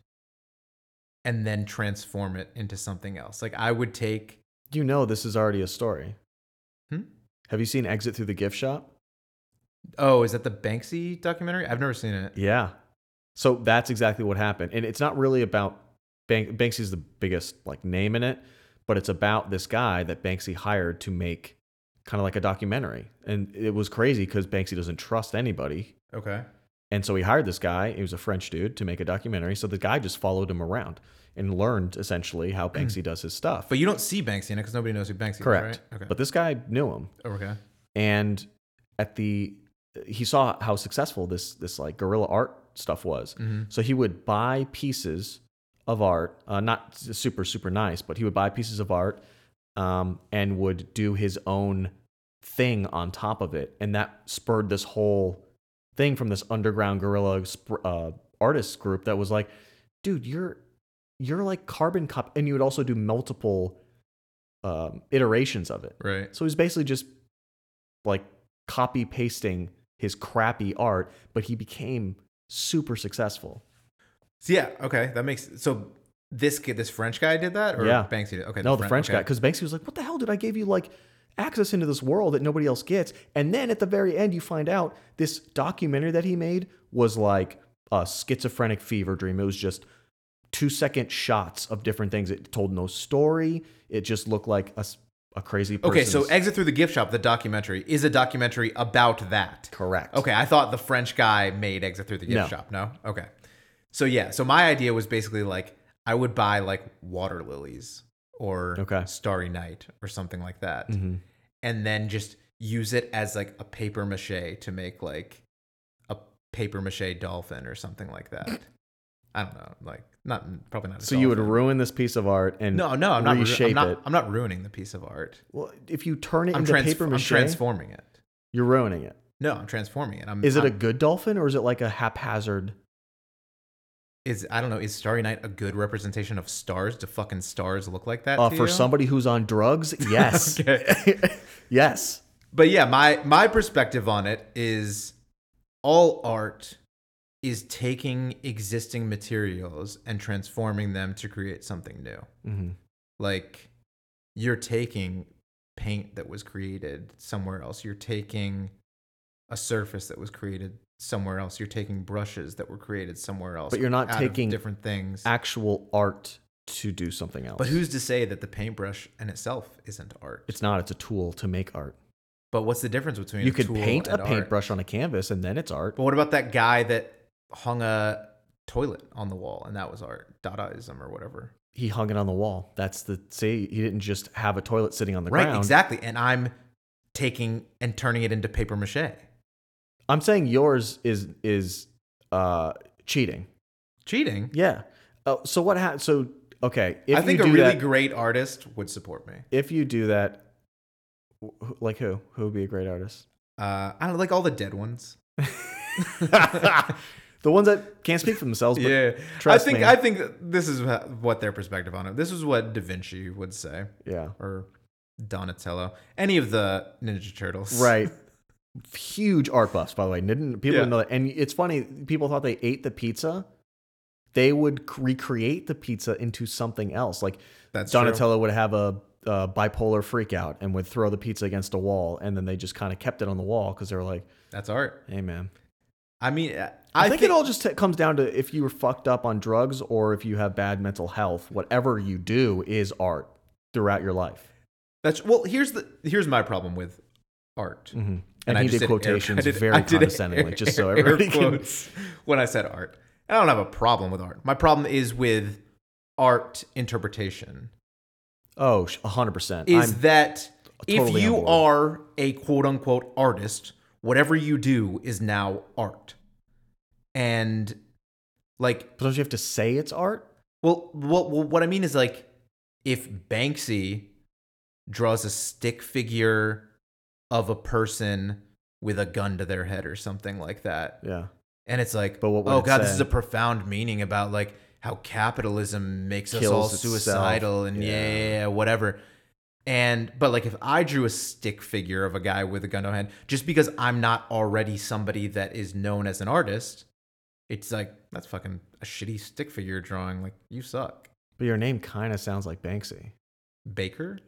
and then transform it into something else. Like I would take
You know this is already a story.
Hmm?
Have you seen Exit Through the Gift Shop?
Oh, is that the Banksy documentary? I've never seen it.
Yeah. So that's exactly what happened. And it's not really about Bank- Banksy's the biggest like name in it, but it's about this guy that Banksy hired to make kind of like a documentary. And it was crazy because Banksy doesn't trust anybody.
Okay.
And so he hired this guy, he was a French dude, to make a documentary. So the guy just followed him around and learned essentially how Banksy does his stuff.
Mm. But you don't see Banksy in it because nobody knows who Banksy is,
Correct.
right? Okay.
But this guy knew him.
Oh, okay.
and at the he saw how successful this this like guerrilla art stuff was so he would buy pieces of art uh, not s- super super nice but he would buy pieces of art um, and would do his own thing on top of it and that spurred this whole thing from this underground guerrilla sp- uh, artist group that was like dude you're you're like carbon cop and you would also do multiple um, iterations of it
Right.
so he's basically just like copy pasting his crappy art, but he became super successful.
So yeah. Okay. That makes so. This kid, this French guy did that, or
Yeah.
Banksy did. Okay.
no, the French guy,
okay.
because Banksy was like, "What the hell did I give you like access into this world that nobody else gets?" And then at the very end, you find out this documentary that he made was like a schizophrenic fever dream. It was just two second shots of different things. It told no story. It just looked like a, s- a crazy. Person's
Okay. So exit through the gift shop. The documentary is a documentary about that.
correct.
Okay, I thought the French guy made exit through the gift
No.
shop. No, okay. So yeah, so my idea was basically like I would buy like water lilies or
Okay. Mm.
Starry Night or something like that,
Mm-hmm.
and then just use it as like a paper mache to make like a paper mache dolphin or something like that. I don't know, like not probably not. A
So you would
dolphin.
ruin this piece of art and
no, no, I'm not. ru-
reshape
I'm not,
it.
I'm not ruining the piece of art.
Well, if you turn it
I'm,
into
trans-
paper
I'm
mache,
transforming it.
you're ruining it.
No, I'm transforming it. I'm,
Is it a
I'm-
good dolphin or is it like a haphazard?
is I don't know is Starry Night a good representation of stars? Do fucking stars look like that?
Uh,
to
for
you?
somebody who's on drugs, yes,
Okay.
yes,
but yeah, my my perspective on it is all art is taking existing materials and transforming them to create something new.
Mhm.
Like you're taking paint that was created somewhere else. You're taking a surface that was created somewhere else. You're taking brushes that were created somewhere else.
But you're not
out of
taking
different things.
actual art to do something else.
But who's to say that the paintbrush in itself isn't art?
It's not. It's a tool to make art.
but what's the difference between
you
a
could
tool
paint a
and art?
paintbrush on a canvas, and then it's art.
But what about that guy that hung a toilet on the wall and that was art, Dadaism or whatever?
He hung it on the wall. That's the see. He didn't just have a toilet sitting on the
right,
ground.
exactly. And I'm taking and turning it into paper mache.
I'm saying yours is is uh, cheating.
Cheating.
Yeah. Oh, so what happened? So okay, if
I think
you
a
do
really
that,
great artist would support me.
if you do that, wh- who- like who? Who would be a great artist?
Uh, I don't like all the dead ones.
the ones that can't speak for themselves. But,
Yeah,
trust
I think
me.
I think that this is wha- what their perspective on it. This is what Da Vinci would say,
yeah.
or Donatello, any of the Ninja Turtles.
Right. Huge art buffs, by the way. Didn't people
Yeah.
didn't know that? And it's funny. People thought they ate the pizza. They would c- recreate the pizza into something else. Like
That's true.
Donatello would have a, a bipolar freak out and would throw the pizza against a wall, and then they just kind of kept it on the wall because they were like,
That's art.
"Hey, man,
I mean, I,
I, think, it all just t- comes down to if you were fucked up on drugs or if you have bad mental health. Whatever you do is art throughout your life.
That's well. Here's the here's my problem with art.
Mm-hmm. And,
Mm. I
he
just
did
air-
quotations
I did- I
very
did
condescendingly,
air-
just so
air
everybody can.
quotes When I said art, I don't have a problem with art. My problem is with art interpretation.
Oh, sh- 100%.
Is
I'm,
that
totally
if
on
you
board.
are a quote unquote artist, whatever you do is now art, and like
but don't you have to say it's art?
Well, what what what I mean is like if Banksy draws a stick figure of a person with a gun to their head or something like that,
Yeah.
and it's like,
But what would
oh
it
god, this
say?
is a profound meaning about like how capitalism makes us
Kills
all
itself.
suicidal and yeah.
Yeah.
yeah, yeah, whatever. And but like if I drew a stick figure of a guy with a gun to a head, just because I'm not already somebody that is known as an artist, it's like that's fucking a shitty stick figure drawing. Like you suck.
But your name kind of sounds like Banksy.
Baker.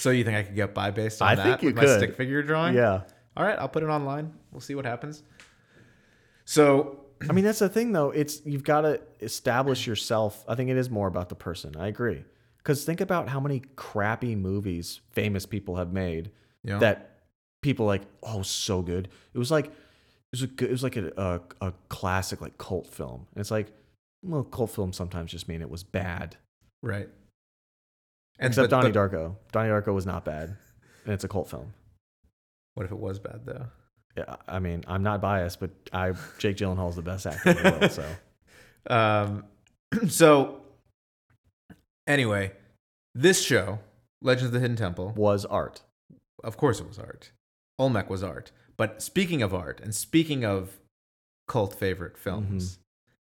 So you think I could get by based on
I
that
think you
with my
could.
stick figure drawing?
yeah.
All right, I'll put it online. We'll see what happens. So
I mean, that's the thing though. It's you've got to establish yourself. I think it is more about the person. I agree. Because think about how many crappy movies famous people have made
yeah.
that people like. Oh, so good. It was like it was a good, it was like a, a a classic like cult film. And it's like well, cult films sometimes just mean it was bad.
right. And
Except
but-
Donnie
but
Darko. Donnie Darko was not bad, and it's a cult film.
What if it was bad though?
Yeah, I mean, I'm not biased, but I Jake Gyllenhaal is the best actor in the world. So
Um, so anyway, this show, Legends of the Hidden Temple,
was art.
of course it was art. Olmec was art. But speaking of art and speaking of cult
Mm-hmm.
favorite films,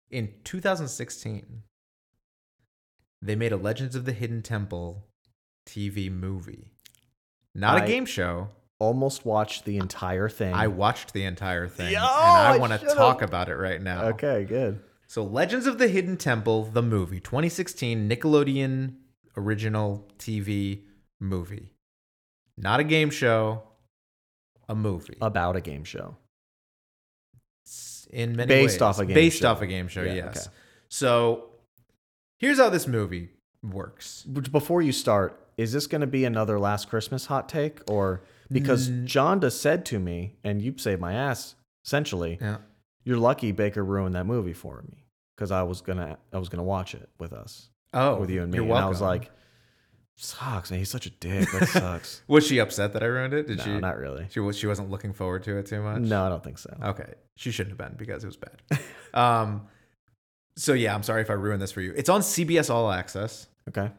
in 2016, they made a Legends of the Hidden Temple TV movie. Not a
I-
game show.
Almost watched the entire thing.
I watched the entire thing
Yo,
and I
I
want to
should've-
talk about it right now.
okay, good.
So, Legends of the Hidden Temple, the movie, 2016 Nickelodeon original TV movie. Not a game show, a movie.
About a game show.
It's in many
Based
ways.
off a game
based
show.
off a game show.
Yeah,
yes.
okay.
So, here's how this movie works.
Which before you start, is this going to be another Last Christmas hot take, or because
Mm.
Jonda said to me, and you saved my ass. Essentially,
Yeah.
you're lucky Baker ruined that movie for me because I was gonna I was gonna watch it with us
Oh,
with you and me,
you're
and I was
welcome.
like, sucks, man. He's such a dick. That sucks.
was she upset that I ruined it? Did
no,
she?
not really.
She was. She wasn't looking forward to it too much.
No, I don't think so.
Okay. She shouldn't have been because it was bad. um. So yeah, I'm sorry if I ruined this for you. It's on CBS All Access.
Okay.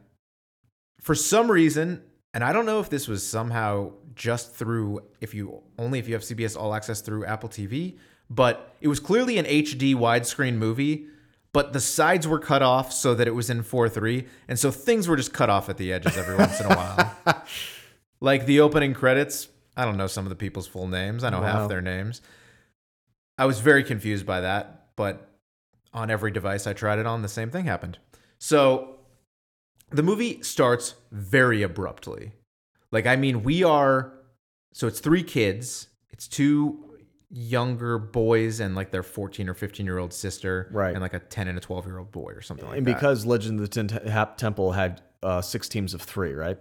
for some reason, and I don't know if this was somehow just through if you only if you have CBS All Access through Apple TV, but it was clearly an HD widescreen movie, but the sides were cut off so that it was in 4:3, and so things were just cut off at the edges every once in a while. Like the opening credits, I don't know some of the people's full names. I know half
Wow.
their names. I was very confused by that, but on every device I tried it on, the same thing happened. So the movie starts very abruptly. Like, I mean, we are. So it's three kids, it's two younger boys and like their 14 or 15 year old sister,
Right.
And like a 10 and a 12 year old boy or something like
and
that.
because Legend of the Ten- Hap Temple had uh, six teams of three, right?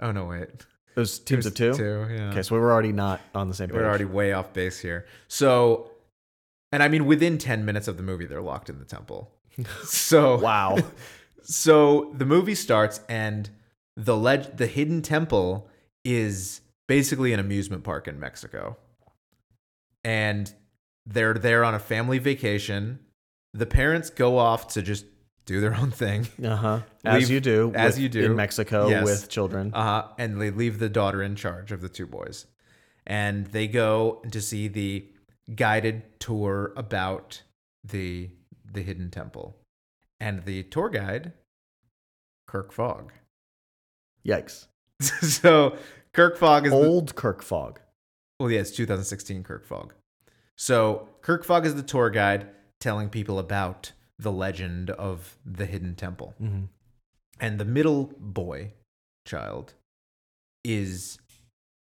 oh, no, wait.
It was teams of two.
There's yeah.
Okay, so we were already not on the same page.
We're already way off base here. So, and I mean, within 10 minutes of the movie, they're locked in the temple. So,
wow.
so the movie starts, and the leg- the hidden temple is basically an amusement park in Mexico. And they're there on a family vacation. The parents go off to just do their own thing.
Uh huh. As
We've-
you do.
as
with-
you do.
in Mexico
Yes.
with children.
Uh huh. And they leave the daughter in charge of the two boys. And they go to see the guided tour about the the hidden temple. And the tour guide, Kirk Fogg.
Yikes.
so Kirk Fogg is the-
Old Kirk Fogg.
well, yeah, it's 2016 Kirk Fogg. So Kirk Fogg is the tour guide telling people about the legend of the hidden temple.
Mm-hmm.
and the middle boy child is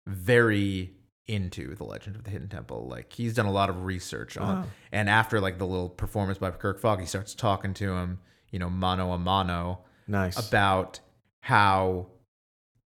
very into the legend of the hidden temple like he's done a lot of research on
Oh.
and after like the little performance by kirk fogg he starts talking to him you know mano a mano
Nice.
about how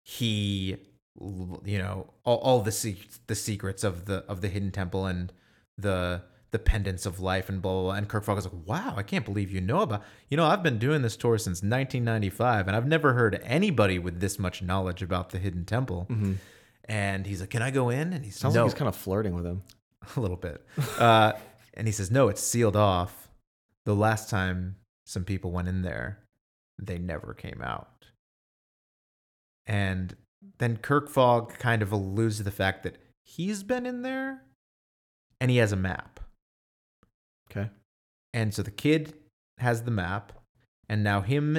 he l- you know all, all the se- the secrets of the of the hidden temple and the the pendants of life and blah blah blah and Kirk Fogg is like wow I can't believe you know about you know I've been doing this tour since 1995 and I've never heard anybody with this much knowledge about the hidden temple
Mhm.
and he's like can I go in and he's
Sounds
mm-hmm. no
like he's kind of flirting with him.
a little bit. Uh, and he says, No, it's sealed off. The last time some people went in there, they never came out. And then Kirk Fogg kind of alludes to the fact that he's been in there and he has a map.
Okay.
And so the kid has the map, and now him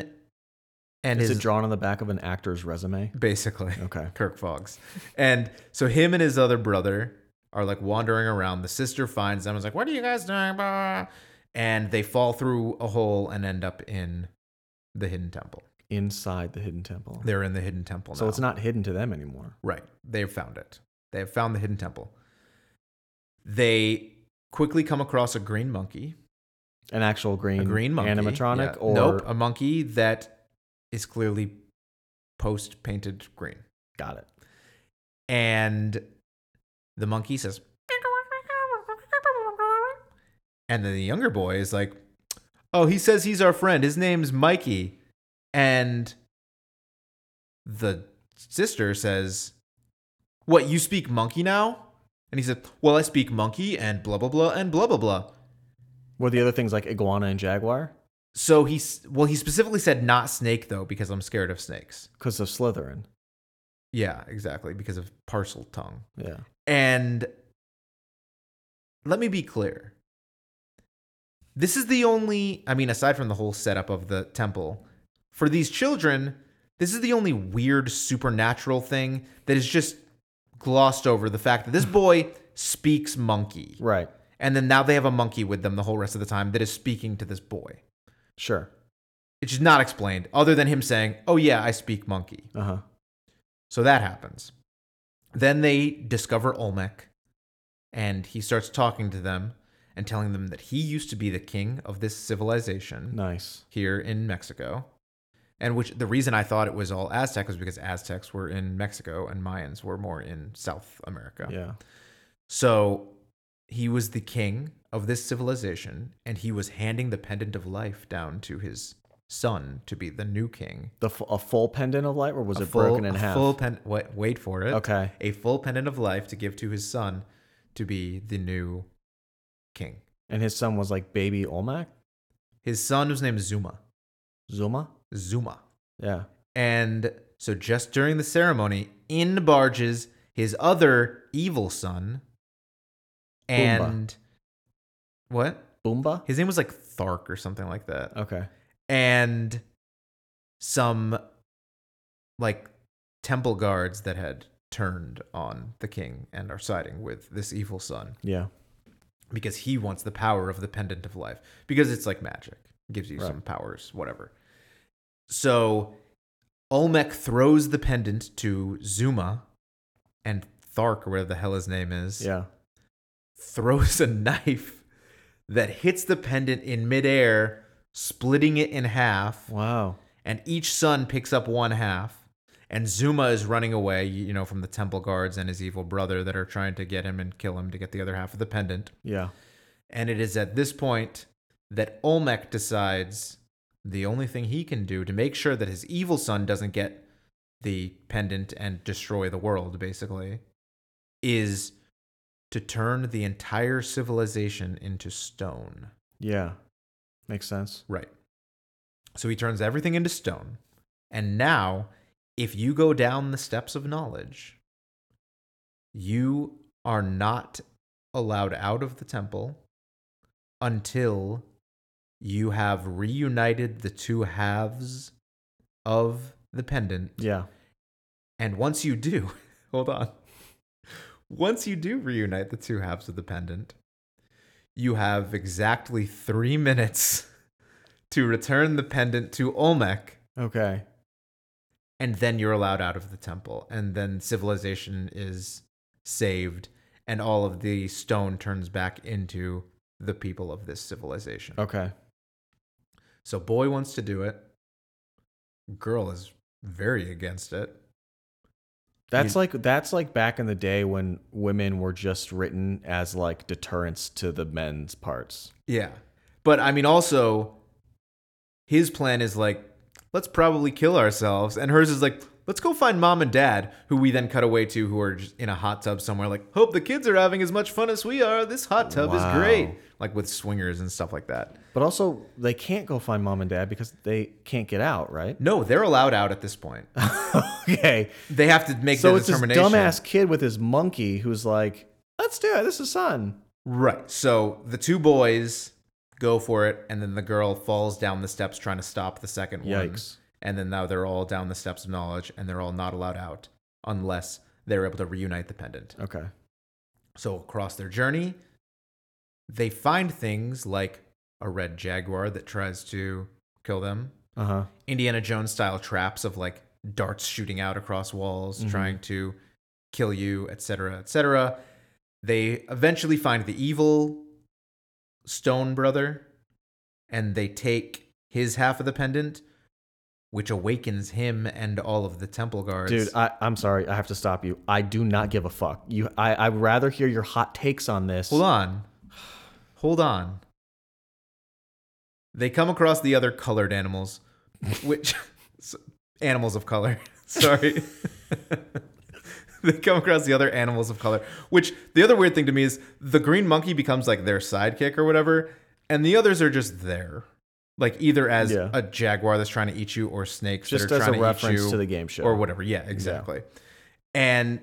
and
is
his
it drawn on the back of an actor's resume?
basically.
Okay.
Kirk Fogg's. And so him and his other brother are like wandering around. The sister finds them and is like, What are you guys doing? Blah. And they fall through a hole and end up in the hidden temple.
inside the hidden temple.
They're in the hidden temple
so
now.
it's not hidden to them anymore.
Right. They've found it. They have found the hidden temple. They quickly come across a green monkey.
An actual green,
A green monkey.
animatronic
Yeah.
or
Nope. A monkey that is clearly post painted green.
got it.
And the monkey says, and then the younger boy is like, oh, he says he's our friend. His name's Mikey. And the sister says, what, you speak monkey now? And he said, well, I speak monkey and blah, blah, blah, and blah, blah, blah.
Were the other things like iguana and jaguar?
So he's, well, he specifically said not snake though, because I'm scared of snakes.
Because of Slytherin.
Yeah, exactly, because of parcel tongue.
Yeah.
And let me be clear. This is the only, I mean, aside from the whole setup of the temple, for these children, this is the only weird supernatural thing that is just glossed over the fact that this boy speaks monkey.
Right.
And then now they have a monkey with them the whole rest of the time that is speaking to this boy.
Sure.
It's just not explained other than him saying, Oh, yeah, I speak monkey.
Uh huh.
So that happens. Then they discover Olmec, and he starts talking to them and telling them that he used to be the king of this civilization
Nice.
here in Mexico. And which the reason I thought it was all Aztec was because Aztecs were in Mexico and Mayans were more in South America.
Yeah.
So he was the king of this civilization, and he was handing the pendant of life down to his son to be the new king.
The f- a full pendant of light, or was
A
it
full-
broken in
a
half?
Full pen, wait, wait for it
okay.
a full pendant of life to give to his son to be the new king.
And his son was like baby Olmec,
His son whose name is Zuma.
Zuma.
Zuma.
Yeah.
And so just during the ceremony, in barges his other evil son and what?
Boomba.
His name was like Thark or something like that.
Okay.
And some like temple guards that had turned on the king and are siding with this evil son.
Yeah.
because he wants the power of the pendant of life because it's like magic It gives you
Right.
some powers whatever so olmec throws the pendant to zuma and thark or whatever the hell his name is
Yeah.
throws a knife that hits the pendant in midair splitting it in half
Wow.
and each son picks up one half and zuma is running away you know from the temple guards and his evil brother that are trying to get him and kill him to get the other half of the pendant
Yeah.
and it is at this point that Olmec decides the only thing he can do to make sure that his evil son doesn't get the pendant and destroy the world, basically, is to turn the entire civilization into stone.
Yeah. Makes sense.
Right. So he turns everything into stone. And now, if you go down the steps of knowledge, you are not allowed out of the temple until you have reunited the two halves of the pendant.
Yeah.
And once you do, hold on. Once you do reunite the two halves of the pendant, you have exactly three minutes to return the pendant to Olmec,
Okay.
and then you're allowed out of the temple. And then civilization is saved, and all of the stone turns back into the people of this civilization.
Okay.
So, boy wants to do it. Girl is very against it.
That's
You-
like that's like back in the day when women were just written as like deterrents to the men's parts.
Yeah. But I mean, also, his plan is like, let's probably kill ourselves. And hers is like, let's go find mom and dad, who we then cut away to, who are just in a hot tub somewhere. Like, hope the kids are having as much fun as we are. This hot tub
Wow.
is great. Like with swingers and stuff like that.
But also they can't go find mom and dad because they can't get out, right?
No, they're allowed out at this point.
okay.
They have to make
So
the
it's this
determination.
dumbass kid with his monkey who's like, "Let's do it. This is fun."
Right. So the two boys go for it, and then the girl falls down the steps trying to stop the second one.
Yikes.
And then now they're all down the steps of knowledge, and they're all not allowed out unless they're able to reunite the pendant.
Okay.
So across their journey, they find things like a red jaguar that tries to kill them,
Uh huh.
Indiana Jones style traps of like darts shooting out across walls,
Mhm.
trying to kill you, etc., etc. They eventually find the evil Stone Brother, and they take his half of the pendant, which awakens him and all of the Temple guards.
Dude, I, I'm sorry. I have to stop you. I do not give a fuck. You, I, I'd rather hear your hot takes on this.
Hold on. Hold on. They come across the other colored animals, which s- animals of color. Sorry. they come across the other animals of color, which the other weird thing to me is the green monkey becomes like their sidekick or whatever, and the others are just there. Like either as
Yeah.
a jaguar that's trying to eat you or snakes
Just
that are
as a
trying to eat
reference
you
to the game show.
or whatever. Yeah, exactly. And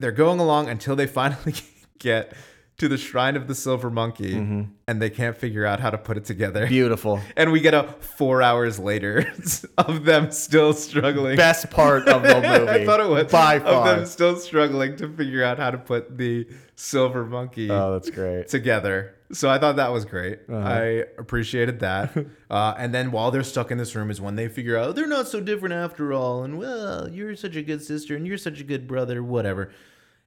they're going along until they finally get to the shrine of the silver monkey
Mm-hmm.
and they can't figure out how to put it together.
Beautiful.
and we get a four hours later of them still struggling.
Best part of the movie.
I thought it was
by
of
far.
them still struggling to figure out how to put the silver monkey
oh, that's great.
together. So I thought that was great. I appreciated that. uh, and then while they're stuck in this room is when they figure out they're not so different after all. And well, you're such a good sister and you're such a good brother, whatever.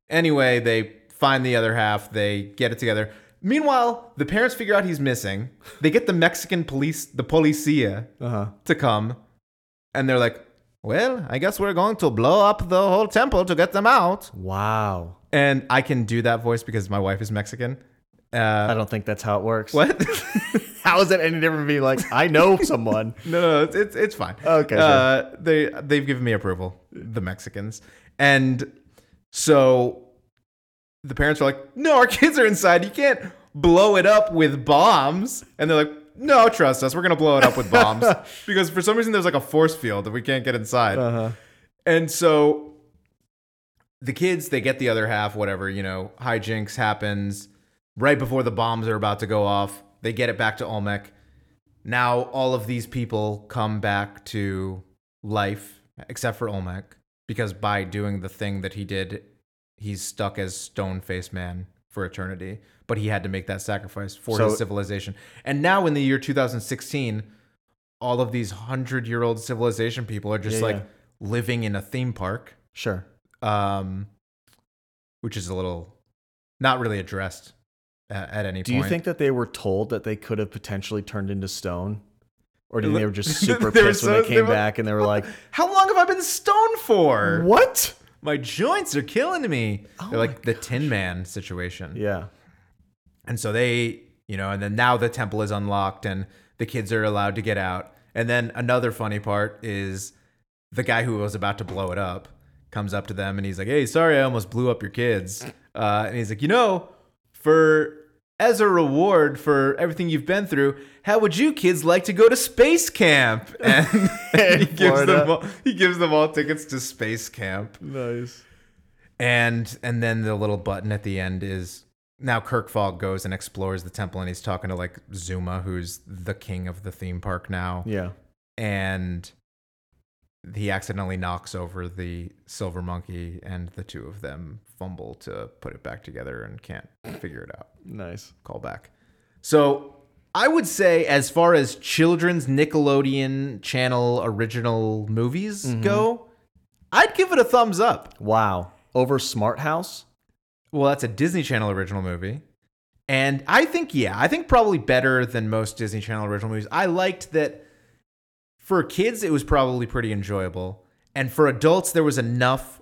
Anyway, they find the other half, they get it together. Meanwhile, the parents figure out he's missing. They get the Mexican police, the policia,
Uh huh.
to come. And they're like, well, I guess we're going to blow up the whole temple to get them out.
Wow.
And I can do that voice because my wife is Mexican. Uh,
I don't think that's how it works.
What?
How is it any different from being like, I know someone?
no, no, it's it's, it's fine.
Okay, sure.
Uh, they they've given me approval, the Mexicans, and so the parents are like, "No, our kids are inside. You can't blow it up with bombs." And they're like, "No, trust us. We're gonna blow it up with bombs because for some reason there's like a force field that we can't get inside."
Uh-huh.
And so the kids, they get the other half, whatever, you know, hijinks happens right before the bombs are about to go off. They get it back to Olmec. Now all of these people come back to life, except for Olmec, because by doing the thing that he did, he's stuck as stone faced man for eternity. But he had to make that sacrifice for
So-
his civilization. And now in the year 2016, all of these hundred year old civilization people are just
Yeah,
like
yeah.
living in a theme park,
Sure.
um, which is a little not really addressed at, at any
Do
point.
you think that they were told that they could have potentially turned into stone? Or do you think they were just super
They were
pissed when
so-
they
they
came
were-
back and they were like,
How long have I been stoned for?
what?
My joints are killing me.
Oh
They're like the Tin Man situation.
Yeah.
And so they, you know, and then now the temple is unlocked and the kids are allowed to get out. And then another funny part is the guy who was about to blow it up comes up to them and he's like, "Hey, sorry, I almost blew up your kids." Uh, and he's like, "You know, for as a reward for everything you've been through, how would you kids like to go to space camp?" And he gives
Florida.
them all, he gives them all tickets to space camp.
Nice.
And and then the little button at the end is now Kirk Fogg goes and explores the temple and he's talking to like Zuma, who's the king of the theme park now.
Yeah.
And he accidentally knocks over the silver monkey and the two of them fumble to put it back together and can't figure it out.
Nice.
Call back. So I would say as far as children's Nickelodeon channel original movies go, I'd give it a thumbs up.
Wow. Over Smart House?
Well, that's a Disney Channel original movie. And I think, yeah, I think probably better than most Disney Channel original movies. I liked that for kids, it was probably pretty enjoyable. And for adults, there was enough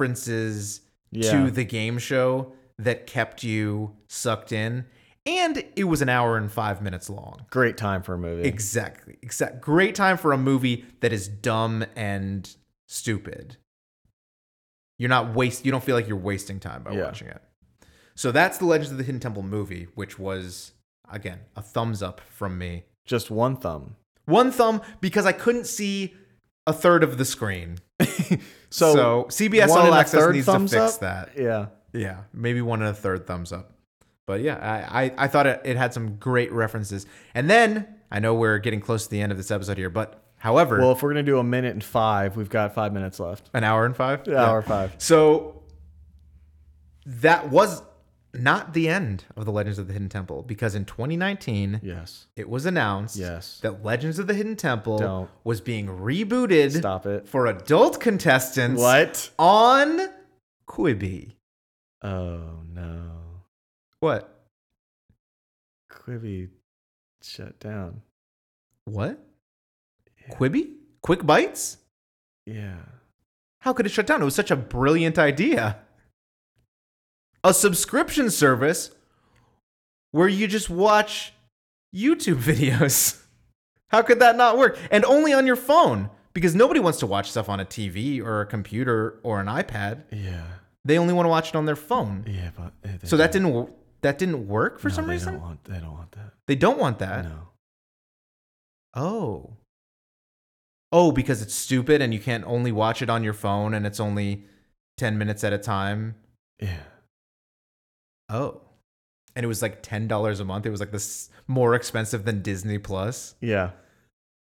references
Yeah.
to the game show that kept you sucked in. And it was an hour and five minutes long.
Great time for a movie.
Exactly. Exact. Great time for a movie that is dumb and stupid. You're not waste. You don't feel like you're wasting time by
Yeah.
watching it. So that's the Legends of the Hidden Temple movie, which was again a thumbs up from me.
Just one thumb.
One thumb because I couldn't see a third of the screen.
So,
So, CBS
one
All
and a
Access
third
needs to
thumbs
fix
up?
that.
Yeah.
Yeah, maybe one and a third thumbs up. But yeah, I, I, I thought it, it had some great references. And then I know we're getting close to the end of this episode here, but however,
Well, if we're going to do a minute and five, we've got five minutes left.
an hour and five.
Hour five.
So that was not the end of the Legends of the Hidden Temple because in 2019
Yes.
it was announced
Yes.
that Legends of the Hidden Temple
Don't.
was being rebooted
Stop it.
for adult contestants
What?
on Quibi.
Oh no.
What?
Quibi shut down.
What? Quibi? Quick Bites?
Yeah.
How could it shut down? It was such a brilliant idea. A subscription service where you just watch YouTube videos. How could that not work? And only on your phone because nobody wants to watch stuff on a TV or a computer or an iPad.
Yeah.
They only want to watch it on their phone.
Yeah, but eh, they
So that
don't-
didn't wo- that didn't work for
no,
some
they
reason.
Don't want, they don't want that.
they don't want that.
no.
Oh. Oh, because it's stupid and you can't only watch it on your phone and it's only 10 minutes at a time.
Yeah.
Oh. And it was like $10 a month. It was like this more expensive than Disney Plus.
Yeah.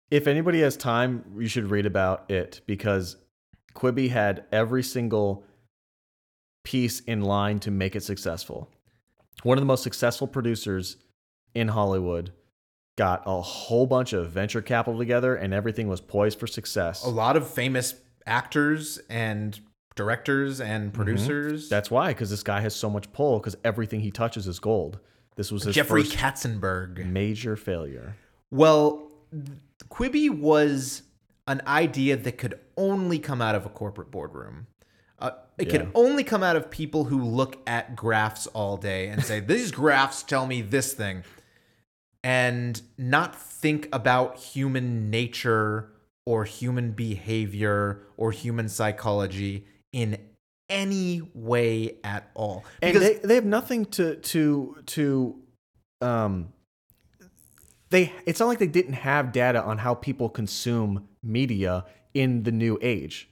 If anybody has time, you should read about it because Quibi had every single piece in line to make it successful. One of the most successful producers in Hollywood got a whole bunch of venture capital together and everything was poised for success.
A lot of famous actors and directors and producers.
Mm-hmm. That's why, because this guy has so much pull because everything he touches is gold. This was his
Jeffrey
first
Katzenberg.
major failure.
Well, th- Quibi was an idea that could only come out of a corporate boardroom. Uh, it
Yeah.
could only come out of people who look at graphs all day and say, these graphs tell me this thing, and not think about human nature or human behavior or human psychology in any way at all.
and they, they have nothing to to to um they it's not like they didn't have data on how people consume media in the new age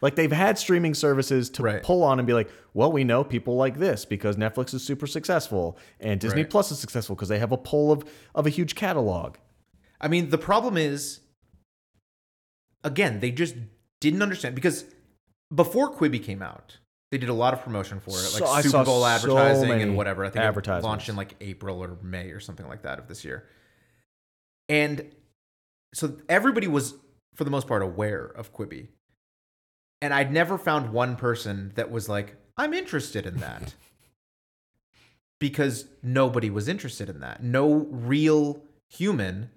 like they've had streaming services to
Right.
pull on and be like well we know people like this because netflix is super successful and disney
Right.
plus is successful because they have a pull of of a huge catalog
I mean, the problem is, again, they just didn't understand because before Quibi came out, they did a lot of promotion for it,
So-
like
I
Super
saw
Bowl
so
advertising
many
and whatever. I think it
advertisements.
launched in like April or May or something like that of this year. And so everybody was, for the most part, aware of Quibi. And I'd never found one person that was like, I'm interested in that. because nobody was interested in that. No real human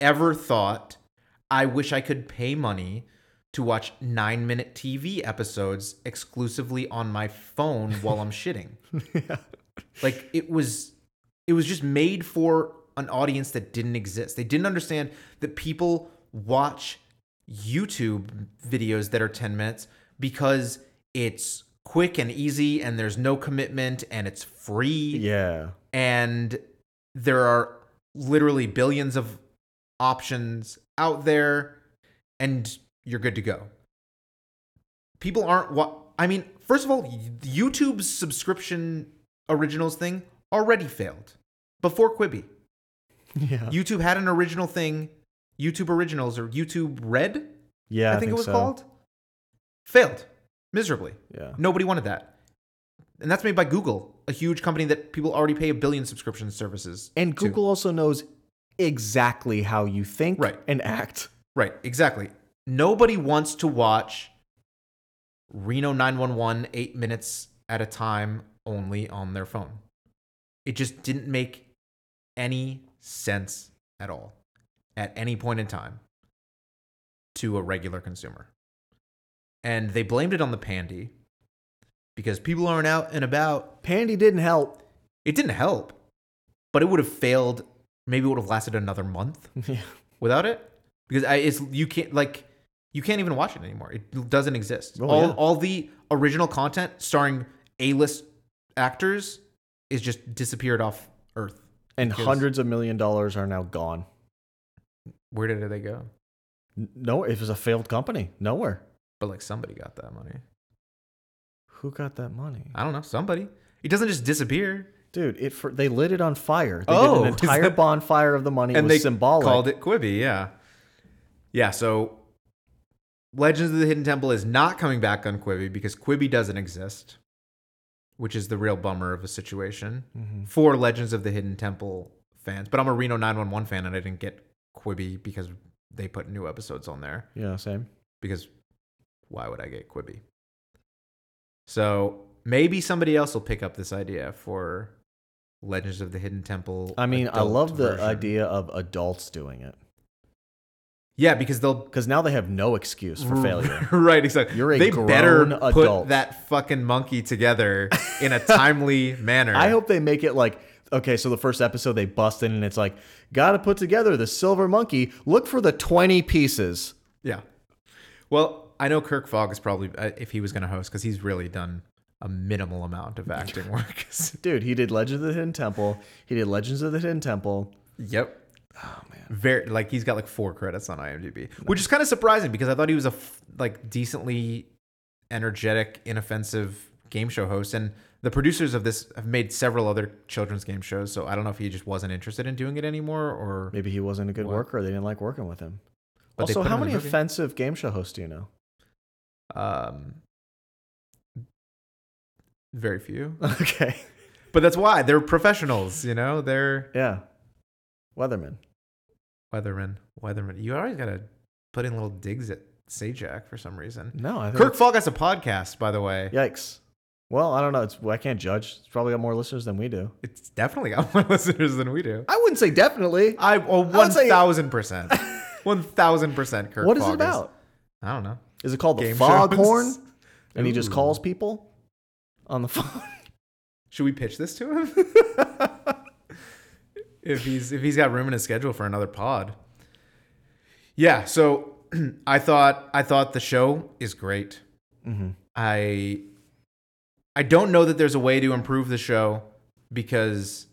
ever thought, I wish I could pay money to watch nine minute TV episodes exclusively on my phone while I'm shitting. Like it was it was just made for an audience that didn't exist. They didn't understand that people watch YouTube videos that are 10 minutes because it's quick and easy and there's no commitment and it's free
yeah
and there are literally billions of options out there and you're good to go people aren't what i mean first of all youtube's subscription originals thing already failed before quibi
yeah
youtube had an original thing youtube originals or youtube red
yeah
i think, it was
so.
called failed miserably
yeah
Nobody wanted that. And that's made by Google, a huge company that people already pay a billion subscription services.
and
to.
google also knows exactly how you think
Right.
and act
Right, exactly. Nobody wants to watch Reno 911 eight minutes at a time only on their phone. It just didn't make any sense at all at any point in time to a regular consumer. And they blamed it on the Pandy because people aren't out and about
pandy didn't help
It didn't help, but it would have failed. Maybe it would have lasted another month
yeah
without it, because I, it's you can't like you can't even watch it anymore. It doesn't exist.
Oh,
all
yeah.
all the original content starring A list actors is just disappeared off Earth.
and
Because-
hundreds of million dollars are now gone.
Where did they go?
N- No, it was a failed company. Nowhere.
But like somebody got that money.
Who got that money,
I don't know. Somebody. It doesn't just disappear.
dude? It for, they lit it on fire. They
Oh,
did an
is
entire
that-
bonfire of the money. it was symbolic.
called it Quibi. Yeah, yeah. So, Legends of the Hidden Temple is not coming back on Quibi because Quibi doesn't exist. which is the real bummer of a situation
Mm-hmm.
for Legends of the Hidden Temple fans. But I'm a Reno 911 fan, and I didn't get Quibi because they put new episodes on there.
Yeah, same.
Because why would I get Quibi? So maybe somebody else will pick up this idea for Legends of the Hidden Temple.
I mean, I
adult
love the
version.
idea of adults doing it
Yeah, because they'll
because now they have no excuse
Mm.
for failure.
right, exactly.
You're a
they
grown
better put
adult.
that fucking monkey together in a timely manner.
I hope they make it like okay, so the first episode they bust in and it's like gotta put together the silver monkey. Look for the twenty pieces.
Yeah. Well, I know Kirk Fogg is probably uh, if he was going to host because he's really done a minimal amount of acting work.
Dude, he did Legends of the Hidden Temple. He did Legends of the Hidden Temple.
yep. Oh man. Very like he's got like four credits on IMDb, which is kind of surprising because I thought he was a f- like decently energetic, inoffensive game show host and the producers of this have made several other children's game shows, so I don't know if he just wasn't interested in doing it anymore or
Maybe he wasn't a good
What?
worker. They didn't like working with him.
But they
also,
put
how
him in
many
the movie.
offensive game show hosts do you know?
um very few.
okay.
But that's why they're professionals, you know? They're
Yeah. Weatherman.
Weatherman, Weatherman. You always gotta put in little digs at Sajak for some reason.
No, I think
Kirk Fogg has a podcast, by the way.
Yikes. Well, I don't know. It's, I can't judge. It's probably got more listeners than we do.
It's definitely got more listeners than we do.
I wouldn't say definitely.
I oh, one
would say-
thousand percent, one thousand percent. Kirk.
what is
Fogg
it about?
I don't know.
Is it called the
Game
Foghorn?
shows.
And he just
Ooh.
calls people on the phone.
Should we pitch this to him? if he's if he's got room in his schedule for another pod. Yeah, so I thought I thought the show is great.
Mhm.
I I don't know that there's a way to improve the show because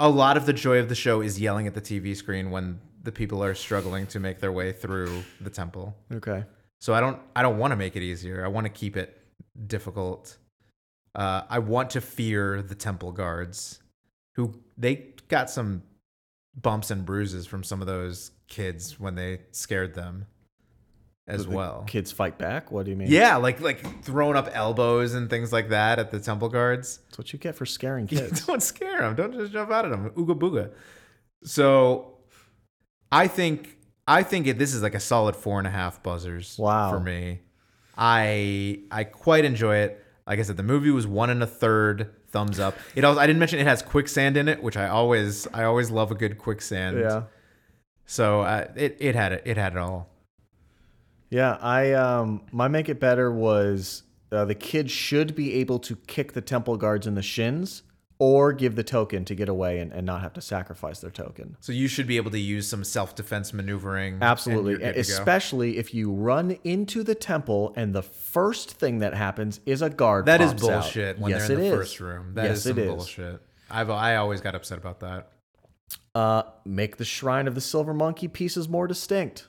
a lot of the joy of the show is yelling at the TV screen when the people are struggling to make their way through the temple.
okay.
So I don't I don't want to make it easier. I want to keep it difficult. Uh, I want to fear the temple guards, who they got some bumps and bruises from some of those kids when they scared them, as
The
well.
Kids fight back. What do you mean?
Yeah, like like throwing up elbows and things like that at the temple guards.
That's what you get for scaring kids.
Don't scare them. Don't just jump out at them. Ooga booga. So, I think I think it, this is like a solid four and a half buzzers.
Wow.
For me, I I quite enjoy it. Like I said, the movie was one and a third thumbs up. It also I didn't mention it has quicksand in it, which I always I always love a good quicksand.
yeah.
So uh, it it had it it had it all.
Yeah, I um my make it better was uh, the kid should be able to kick the temple guards in the shins or give the token to get away and, and not have to sacrifice their token.
So you should be able to use some self defense maneuvering. and
Absolutely.
you're good to go.
Especially if you run into the temple and the first thing that happens is a guard.
That is
pops out.
bullshit when
yes,
they're in
it
the
is.
first room. That is
yes,
some
it is.
bullshit. I've I always got upset about that.
Uh, make the shrine of the silver monkey pieces more distinct,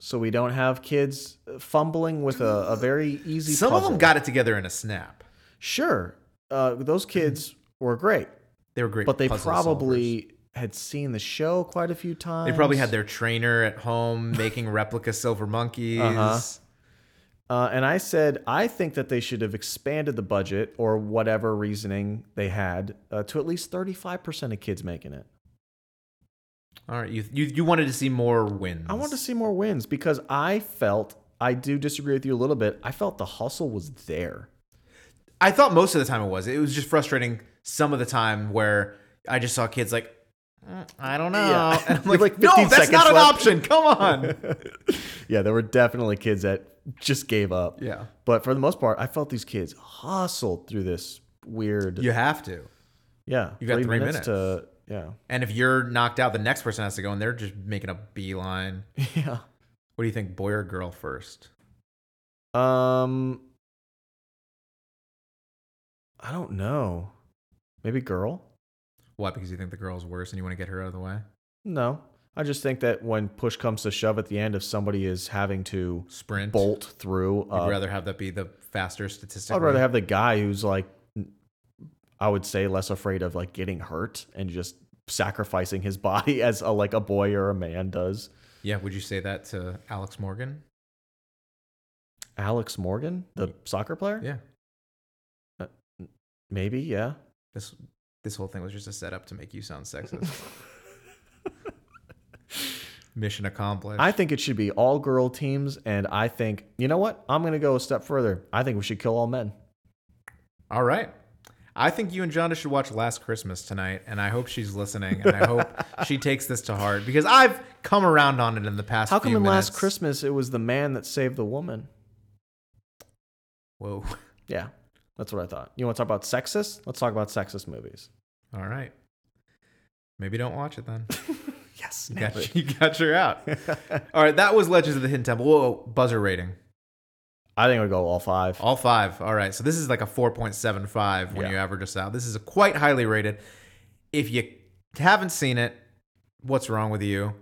so we don't have kids fumbling with a, a very easy.
Some of them
puzzle.
got it together in a snap.
Sure, uh,
Mm-hmm.
those kids were great,
They were great.
but they
puzzle
probably had seen the show quite a few times.
solvers. they probably had their trainer at home making replica silver monkeys.
Uh-huh. Uh, and I said, I think that they should have expanded the budget or whatever reasoning they had uh, to at least 35% of kids making it.
All right, you, you you wanted to see more wins.
I want to see more wins because I felt, I do disagree with you a little bit, I felt the hustle was there.
I thought most of the time it was. It was just frustrating. Some of the time where I just saw kids like, "Mm, I don't know,
Yeah.
and I'm
With,
like,
like,
no,
15
that's
seconds
not an
left."
option. Come on.
yeah, there were definitely kids that just gave up.
yeah,
But for the most part, I felt these kids hustled through this weird.
you have to.
yeah
You got three
to. Yeah.
And if you're knocked out, the next person has to go, and they're just making a beeline.
Yeah.
What do you think, boy or girl first?
Um, I don't know. Maybe girl?
Why? Because you think the girl's worse and you want to get her out of the way?
No. I just think that when push comes to shove at the end, if somebody is having to
Sprint.
bolt through,
You'd
uh,
rather have that be the faster statistic.
I'd rather have the guy who's like, I would say less afraid of like getting hurt and just sacrificing his body as a, like a boy or a man does.
Yeah, would you say that to Alex Morgan?
Alex Morgan, the soccer player?
Yeah.
Maybe, yeah.
This this whole thing was just a setup to make you sound sexist. Mission accomplished.
I think it should be all girl teams, and I think you know what? I'm gonna go a step further. I think we should kill all men.
All right. I think you and Jonda should watch Last Christmas tonight, and I hope she's listening, and I hope she takes this to heart because I've come around on it in the past.
How come
few
in
minutes.
Last Christmas it was the man that saved the woman?
Whoa!
Yeah, that's what I thought. You want to talk about sexist? Let's talk about sexist movies.
All right. Maybe don't watch it then.
Yes,
You got, you got your out. All right, that was Legends of the Hidden Temple. Whoa, buzzer rating.
I think I would go all five.
All five. All right. So this is like a 4.75 when
Yeah.
you average us out. This is a quite highly rated. If you haven't seen it, what's wrong with you?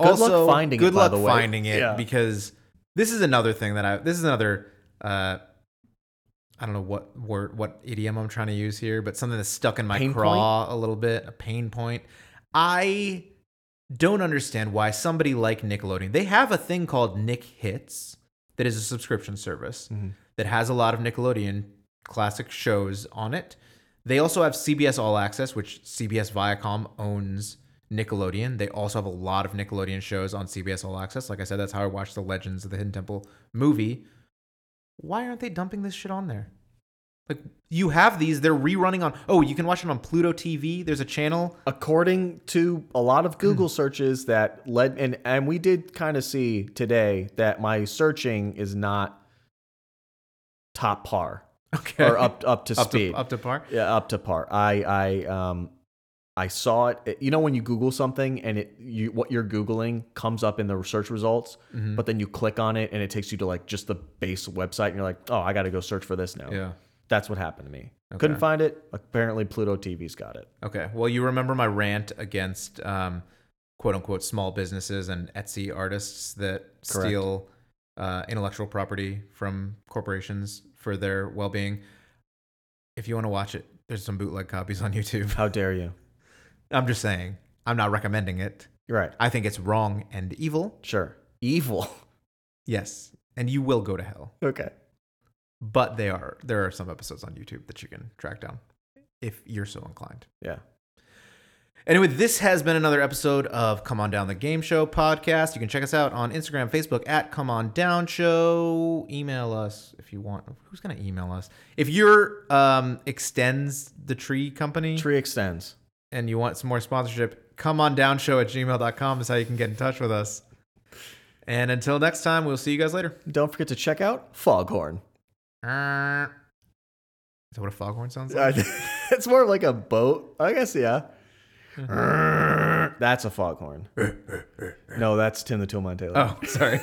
Good luck finding it,
good
by
luck
the way.
finding it
Yeah.
because this is another thing that I this is another uh I don't know what word what idiom I'm trying to use here, but something that's stuck in my
Pain
craw a little bit, a pain point. I don't understand why somebody like Nickelodeon, they have a thing called Nick Hits that is a subscription service that has a lot of Nickelodeon classic shows on it. They also have CBS All Access, which CBS Viacom owns Nickelodeon. They also have a lot of Nickelodeon shows on CBS All Access. Like I said, that's how I watched the Legends of the Hidden Temple movie. Why aren't they dumping this shit on there? Like you have these, they're rerunning on. Oh, you can watch it on Pluto TV. There's a channel
According to a lot of
Hmm.
Google searches that led, and and we did kind of see today that my searching is not top par
okay.
or up up to
up
speed.
to up to par.
Yeah, up to par. I I um I saw it. You know when you Google something and it you what you're googling comes up in the search results,
Mm-hmm.
but then you click on it and it takes you to like just the base website and you're like, oh, I got to go search for this now.
Yeah.
That's what happened to me.
Okay.
Couldn't find it. Apparently Pluto TV's got it.
Okay. Well, you remember my rant against um, quote unquote small businesses and Etsy artists that
Correct.
steal uh, intellectual property from corporations for their well being. If you want to watch it, there's some bootleg copies on YouTube.
How dare you?
I'm just saying, I'm not recommending it.
You're right.
I think it's wrong and evil.
Sure. Evil.
Yes. And you will go to hell.
okay.
But they are there are some episodes on YouTube that you can track down if you're so inclined.
Yeah.
Anyway, this has been another episode of Come On Down the Game Show podcast. You can check us out on Instagram, Facebook at Come On Down Show. Email us if you want. Who's going to email us? If you're um, extends the tree company
Tree extends.
and you want some more sponsorship, come on down show at gmail.com is how you can get in touch with us. And until next time, we'll see you guys later.
Don't forget to check out Foghorn.
Is that what a foghorn sounds like?
I- it's more of like a boat. I guess, yeah.
Mm-hmm.
that's a foghorn. no, that's Tim the Toolman Taylor.
Oh, sorry.